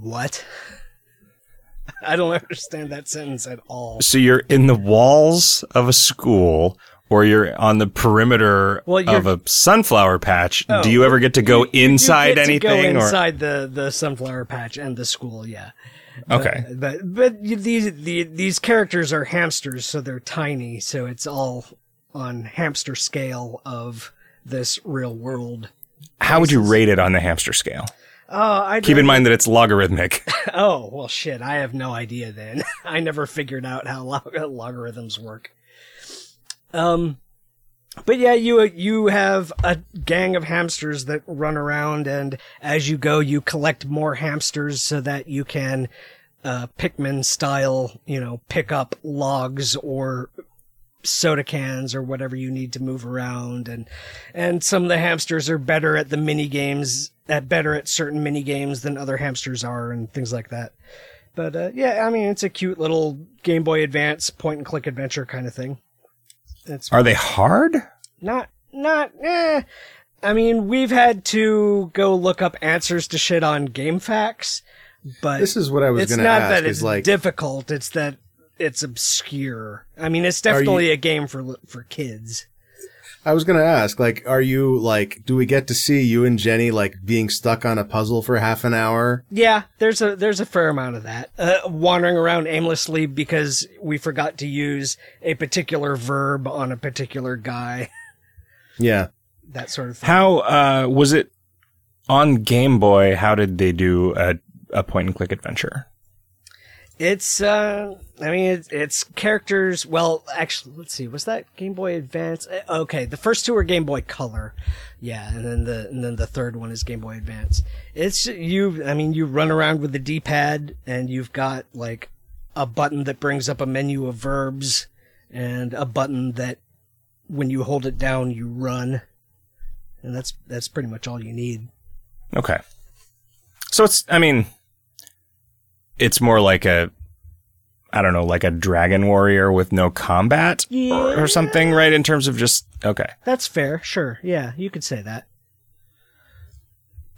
What? I don't understand that sentence at all. So you're in the walls of a school, or you're on the perimeter Well, you're- of a sunflower patch. Oh. Do you ever get to go inside you get anything? to go or- inside the, the sunflower patch and the school, yeah. Okay. But but you, these the, these characters are hamsters, so they're tiny, so it's all on hamster scale of this real world. How would you rate it on the hamster scale? Oh, I Keep in mind that it's logarithmic. Oh well, shit. I have no idea. Then I never figured out how log- logarithms work. Um, but yeah, you you have a gang of hamsters that run around, and as you go, you collect more hamsters so that you can, uh, Pikmin style, you know, pick up logs or soda cans or whatever you need to move around and and some of the hamsters are better at the mini games at better at certain mini games than other hamsters are and things like that but uh, yeah i mean it's a cute little game boy advance point and click adventure kind of thing it's Are they hard? not not eh. I mean, we've had to go look up answers to shit on GameFAQs, but This is what I was it's going to not ask. that is it's like, difficult. It's that it's obscure. I mean, it's you- definitely a game for li- for kids. I was going to ask, like, are you like, do we get to see you and Jenny like being stuck on a puzzle for half an hour? Yeah, there's a there's a fair amount of that uh, wandering around aimlessly because we forgot to use a particular verb on a particular guy. Yeah. That sort of thing. How uh, was it on Game Boy? How did they do a, a point and click adventure? It's uh, I mean, it, it's characters. Well, actually, let's see. Was that Game Boy Advance? Uh, Okay, the first two are Game Boy Color, yeah, and then the and then the third one is Game Boy Advance. It's you. I mean, you run around with the D pad, and you've got like a button that brings up a menu of verbs, and a button that when you hold it down, you run, and that's that's pretty much all you need. Okay, so it's I mean, it's more like a I don't know, like a Dragon Warrior with no combat or, or something, right? In terms of just okay, That's fair. Sure. Yeah, you could say that.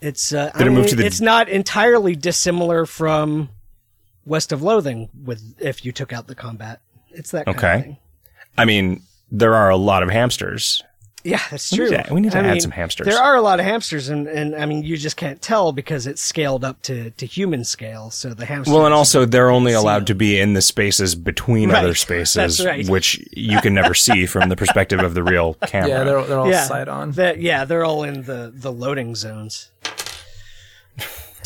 It's uh, Did I it move mean, to the- it's not entirely dissimilar from West of Loathing with if you took out the combat. It's that kind Okay. of thing. I mean. There are a lot of hamsters. Yeah, that's We need true. to- we need to I add mean, some hamsters. There are a lot of hamsters, and, and I mean, you just can't tell because it's scaled up to, to human scale. So the hamsters. Well, and also they're only Casino. allowed to be in the spaces between Right. other That's spaces, right. which you can never see from the perspective of the real camera. Yeah, they're, they're all Yeah. side on. That yeah, they're all in the the loading zones.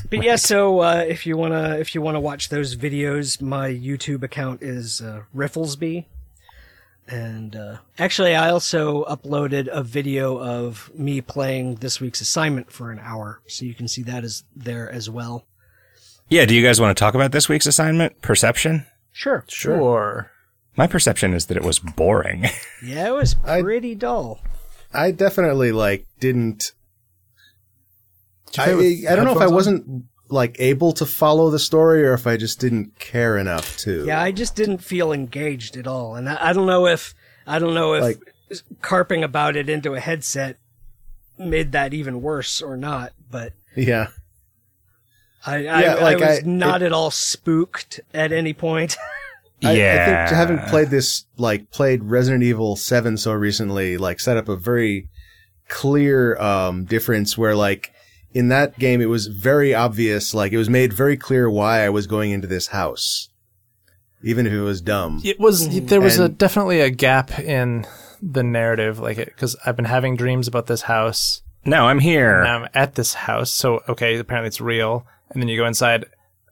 But yeah, so uh, if you wanna if you wanna watch those videos, my YouTube account is uh, Rifflesby, and uh, actually I also uploaded a video of me playing this week's assignment for an hour, so you can see that is there as well. Yeah, do you guys want to talk about this week's assignment? Perception? Sure. Sure. My perception is that it was boring. Yeah, it was I- pretty dull. I definitely like didn't Did you I, play with I don't know if I headphones on? wasn't like able to follow the story or if I just didn't care enough to. Yeah, I just didn't feel engaged at all, and I, I don't know if I don't know if Like- carping about it into a headset made that even worse or not. But Yeah. I, I, Yeah, like, I was I- not at all spooked at any point. I- yeah. I think having played this, like played Resident Evil 7 so recently, like set up a very clear um, difference where like in that game, it was very obvious. Like it was made very clear why I was going into this house, even if it was dumb. It was there was a And- definitely a gap in the narrative, like because I've been having dreams about this house. Now I'm here. Now I'm um, at this house, so okay, apparently it's real. And then you go inside.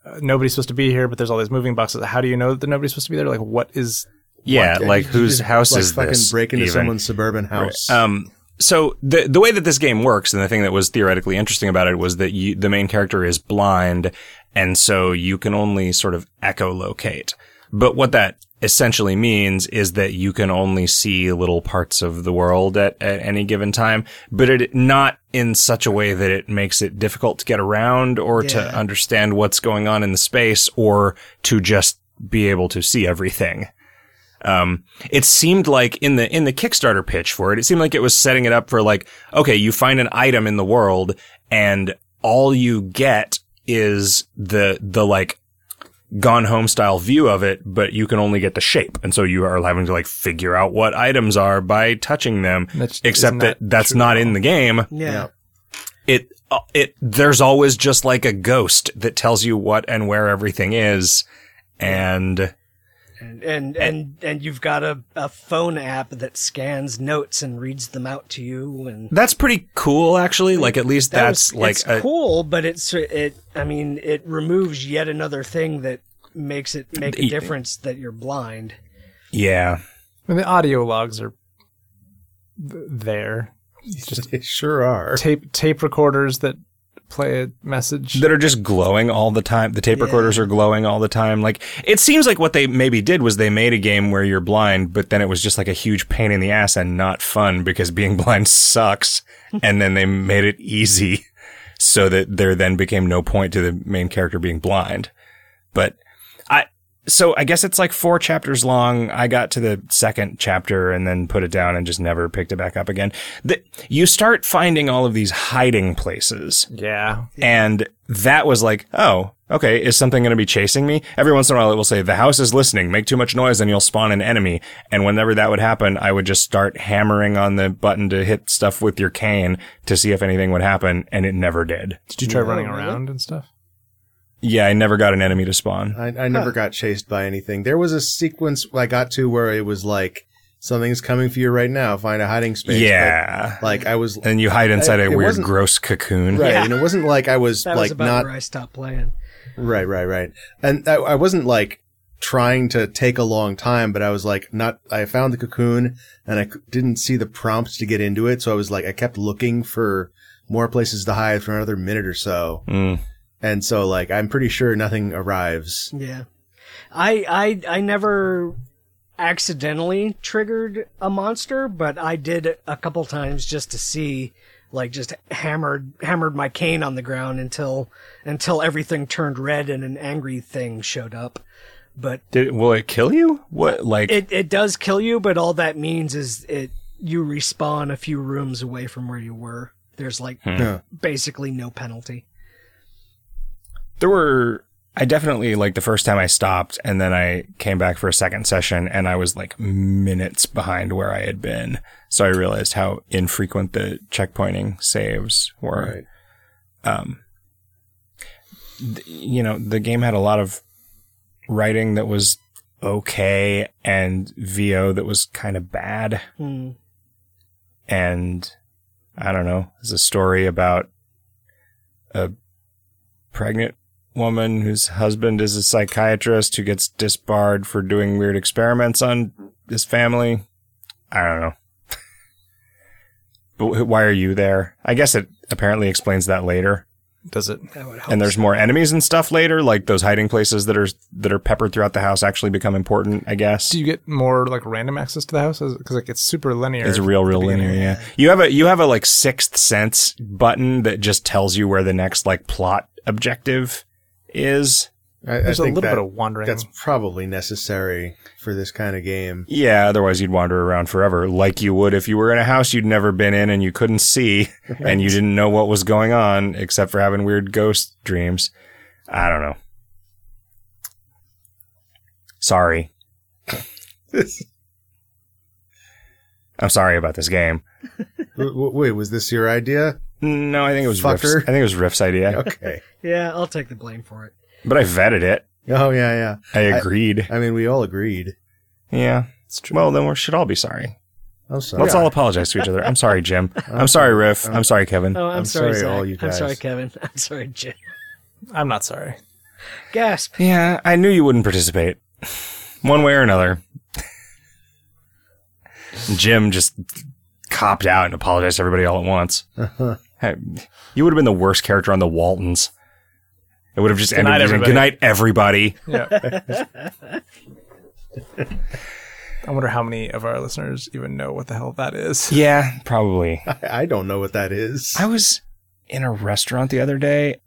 Uh, nobody's supposed to be here, but there's all these moving boxes. How do you know that nobody's supposed to be there? Like, what is? yeah, Yeah, like you whose just, house like, is fucking this? break into even? someone's suburban house. Um, so the the way that this game works, and the thing that was theoretically interesting about it was that you, the main character is blind, and so you can only sort of echolocate. But what that essentially means is that you can only see little parts of the world at, at any given time, but it not in such a way that it makes it difficult to get around or to Yeah. understand what's going on in the space or to just be able to see everything. Um, it seemed like in the in the Kickstarter pitch for it, it seemed like it was setting it up for like, okay, you find an item in the world, and all you get is the the like gone home style view of it, but you can only get the shape, and so you are having to like figure out what items are by touching them. That's- Except isn't that that that's true not at in the game yeah. it uh, it there's always just like a ghost that tells you what and where everything is and And, and and and you've got a, a phone app that scans notes and reads them out to you and that's pretty cool actually like at least That that's was- like it's a, cool, but it's it. I mean, it removes yet another thing that makes it make a The- difference that you're blind. yeah I mean, the audio logs are th- there. It's Just they sure are. tape tape recorders that play a message. that are just glowing all the time. The tape Yeah. recorders are glowing all the time. Like it seems like what they maybe did was they made a game where you're blind, but then it was just like a huge pain in the ass and not fun because being blind sucks. and then they made it easy so that there then became no point to the main character being blind. But I so I guess it's like four chapters long. I got to the second chapter and then put it down and just never picked it back up again. The, you start finding all of these hiding places yeah. and that was like, oh, okay, is something going to be chasing me? Every once in a while, it will say, the house is listening, make too much noise and you'll spawn an enemy. And whenever that would happen, I would just start hammering on the button to hit stuff with your cane to see if anything would happen. And it never did. Did you try running really? around and stuff? Yeah, I never got an enemy to spawn. I, I never got chased by anything. There was a sequence I got to where it was like something's coming for you right now. Find a hiding space. yeah. But, like I was and you hide inside I- a it weird, wasn't- gross cocoon. right, and it wasn't like I was That was like about not where I stopped playing. right, right, right. And I, I wasn't like trying to take a long time, but I was like not. I found the cocoon and I c- didn't see the prompts to get into it, so I was like I kept looking for more places to hide for another minute or so, Mm. and so like I'm pretty sure nothing arrives. Yeah. I I I never accidentally triggered a monster, but I did a couple times just to see like just hammered hammered my cane on the ground until until everything turned red and an angry thing showed up. But Did, will it kill you? What, like, it it does kill you, but all that means is it you respawn a few rooms away from where you were. There's like Mm. Yeah. basically no penalty. there were I definitely like the first time I stopped and then I came back for a second session and I was like minutes behind where I had been. So I realized how infrequent the checkpointing saves were. Um th- you know, the game had a lot of writing that was okay and VO that was kind of bad Hmm. and I don't know, it's a story about a pregnant woman whose husband is a psychiatrist who gets disbarred for doing weird experiments on his family. I don't know. but wh- why are you there? I guess it apparently explains that later. Does it? I would hope And there's so. more enemies and stuff later, like those hiding places that are that are peppered throughout the house actually become important, I guess. Do you get more like random access to the house? Because like it's super linear. It's real, real beginning. linear. Yeah, you have a you have a like sixth sense button that just tells you where the next like plot objective is. I, I There's a think little that- bit of wandering. That's probably necessary for this kind of game. Yeah, otherwise you'd wander around forever, like you would if you were in a house you'd never been in and you couldn't see and you didn't know what was going on except for having weird ghost dreams. I don't know. Sorry, I'm sorry about this game. W- w- Wait, was this your idea? No, I think it was Riff's, Fucker. I think it was Riff's idea, Okay. yeah, I'll take the blame for it. but I vetted it. Oh yeah, yeah. I agreed. I mean, we all agreed. yeah. It's true. Well, then we should all be sorry. I'm sorry. Let's all apologize to each other. I'm sorry, Jim. I'm I'm sorry, Riff. I'm- I'm sorry, Kevin. Oh, I'm, I'm sorry, sorry, Zach. all you I'm sorry, guys. Kevin. I'm sorry, Jim. I'm not sorry. Gasp. Yeah, I knew you wouldn't participate. One way or another. Jim just copped out and apologized to everybody all at once. Hey, You would have been the worst character on the Waltons. It would have just ended. night, with, everybody. Good night, everybody. Yeah. I wonder how many of our listeners even know what the hell that is. Yeah, probably. I, I don't know what that is. I was in a restaurant the other day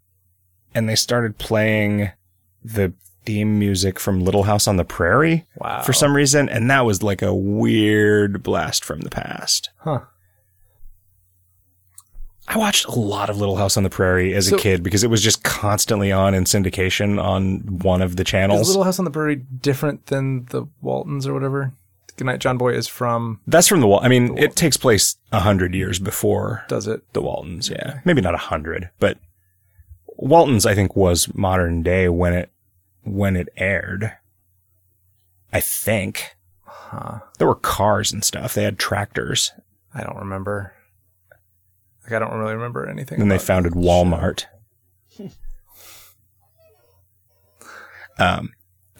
and they started playing the theme music from Little House on the Prairie. Wow. for some reason, and that was like a weird blast from the past. Huh. I watched a lot of Little House on the Prairie as So- a kid because it was just constantly on in syndication on one of the Is channels. Little House on the Prairie different than the Waltons or whatever? Goodnight John Boy is from. That's from the Wal. I mean, Wal- it takes place a hundred years before Does it? the Waltons. Yeah, Okay. maybe not a hundred, but Waltons I think was modern day when it when it aired. I think Huh. there were cars and stuff. They had tractors, I don't remember. Like I don't really remember anything. and then they about founded that Walmart. Um,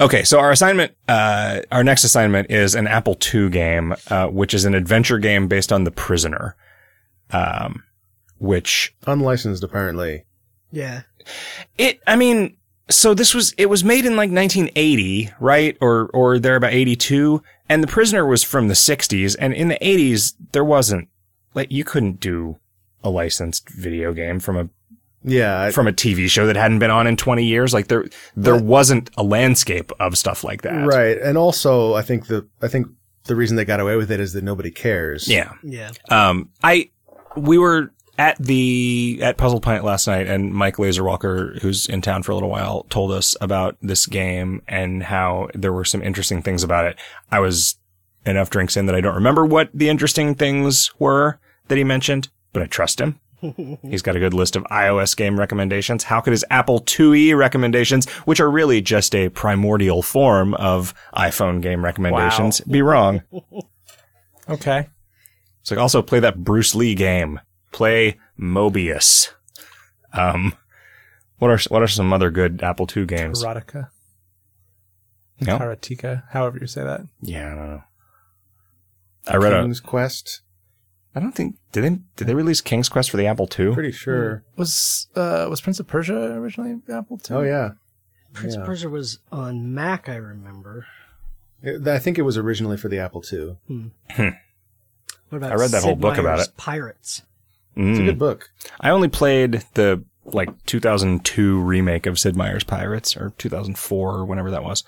okay, so our assignment, uh, our next assignment is an Apple II game, uh, which is an adventure game based on The Prisoner, um, which Unlicensed, apparently. Yeah. It, I mean, so this was it was made in like 1980, right, or or there about 82, and the prisoner was from the 60s, and in the 80s there wasn't like you couldn't do a licensed video game from a Yeah, I- from a TV show that hadn't been on in 20 years. Like there there wasn't a landscape of stuff like that. right. And also, I think the I think the reason they got away with it is that nobody cares. Yeah. Yeah. Um, I we were at the at Puzzle Planet last night, and Mike Laserwalker, who's in town for a little while, told us about this game and how there were some interesting things about it. I was enough drinks in that I don't remember what the interesting things were that he mentioned, but I trust him. He's got a good list of iOS game recommendations. How could his Apple IIe recommendations, which are really just a primordial form of iPhone game recommendations, be wrong? Okay. It's like also play that Bruce Lee game. Play Mobius. Um, what are what are some other good Apple II games? Erotica. No? Karateka, however you say that. Yeah, I don't know. I read a. King's Quest. I don't think did they did they release King's Quest for the Apple II? Pretty sure. Was uh was Prince of Persia originally Apple II? Oh yeah. Prince Yeah. of Persia was on Mac, I remember. It- I think it was originally for the Apple II. What about I read that Sid whole book about Meier's it. Pirates. It's a Mm. good book. I only played the like 2002 remake of Sid Meier's Pirates or 2004 or whenever that was.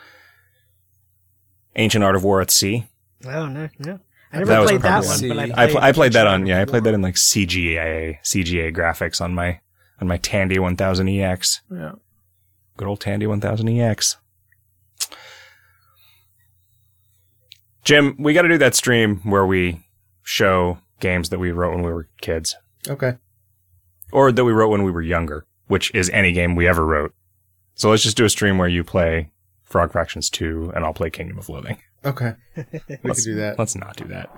Ancient Art of War at Sea. Oh no, no. I That never was played that probably- one, but I played, I, pl- I played that on yeah I played that in like CGA CGA graphics on my on my Tandy E 1000 EX Yeah. good old Tandy E 1000 EX Jim we got to do that stream where we show games that we wrote when we were kids Okay. or that we wrote when we were younger which is any game we ever wrote so let's just do a stream where you play Frog Fractions 2 and I'll play Kingdom of Loathing Okay. we could Let's- do that. Let's not do that.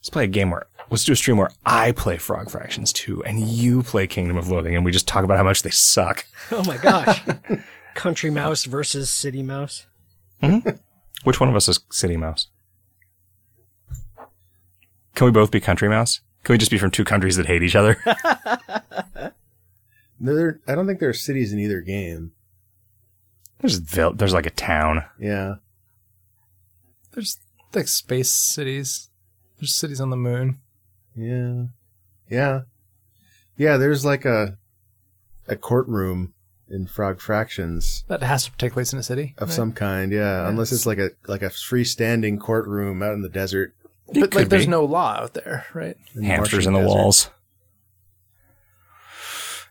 Let's play a game where let's do a stream where I play Frog Fractions 2 and you play Kingdom of Loathing and we just talk about how much they suck. Oh my gosh. Country Mouse versus City Mouse. Which one of us is City Mouse? Can we both be Country Mouse? Can we just be from two countries that hate each other? There, I don't think there are cities in either game. there's vil- there's like a town. Yeah. There's like space cities. There's cities on the moon. Yeah. Yeah. Yeah, there's like a a courtroom in Frog Fractions That has to take place in a city. of right? some kind, yeah. Yeah. Unless it's like a like a freestanding courtroom out in the desert. It But like could there's be. no law out there, right? in hamsters Martian in the desert. walls.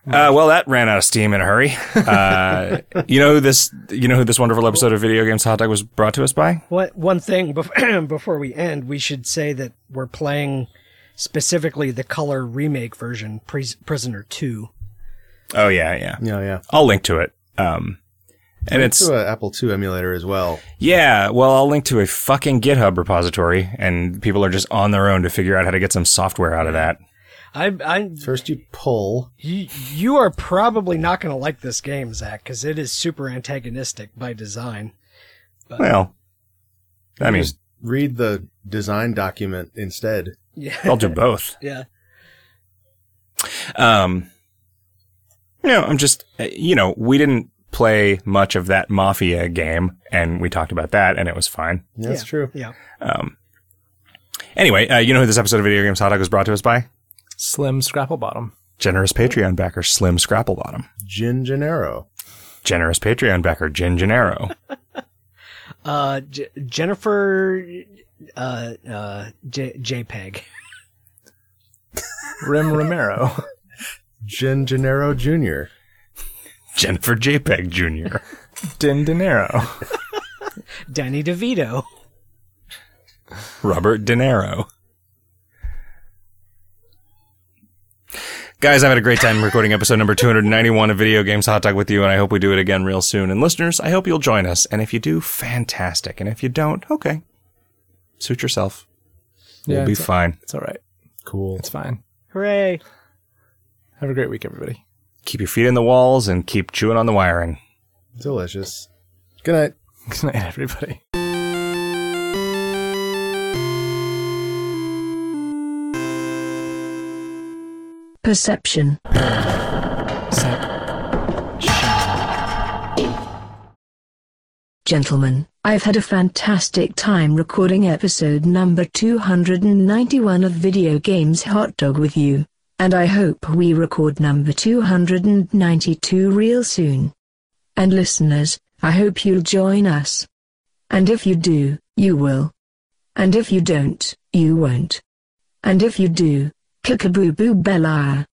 Uh, well, that ran out of steam in a hurry. Uh, you know who this you know who this wonderful episode of Video Games Hot Dog was brought to us by? What one thing bef- before we end, we should say that we're playing specifically the color remake version, Pris Prisoner Two. Oh yeah, yeah. Yeah, yeah. I'll link to it. Um, and it's to an Apple II emulator as well. yeah. Well, I'll link to a fucking GitHub repository, and people are just on their own to figure out how to get some software out of that. I, I, First you pull. you, you are probably not going to like this game, Zach, because it is super antagonistic by design. Well, I mean, Just read the design document instead. Yeah, I'll do both. yeah, Um, no, I'm just uh, you know we didn't play much of that mafia game, and we talked about that, and it was fine. That's Yeah. true. yeah. Um, anyway, uh, you know who this episode of Video Games Hot Dog was brought to us by? Slim Scrapple Bottom. Generous Patreon backer Slim Scrapplebottom. Gin Gennaro. Generous Patreon backer Jin Gennaro. Uh, J- Jennifer, uh, uh, J- JPEG. Rim Romero. Gin Gennaro Jr. Jennifer JPEG Jr. Din Dinero. Danny DeVito. Robert De Niro. Guys, I've had a great time recording episode number 291 of Video Games Hot Dog with you, and I hope we do it again real soon. And listeners, I hope you'll join us. And if you do, fantastic. And if you don't, okay. Suit yourself. We'll Yeah, be it's- fine. It's all right. Cool. It's fine. Hooray. Have a great week, everybody. Keep your feet in the walls and keep chewing on the wiring. Delicious. Good night. Good night, everybody. Perception. Set. Gentlemen, I've had a fantastic time recording episode number 291 of Video Games Hot Dog with you. And I hope we record number 292 real soon. And listeners, I hope you'll join us. And if you do, you will. And if you don't, you won't. And if you do, Kickaboo Boo Bella.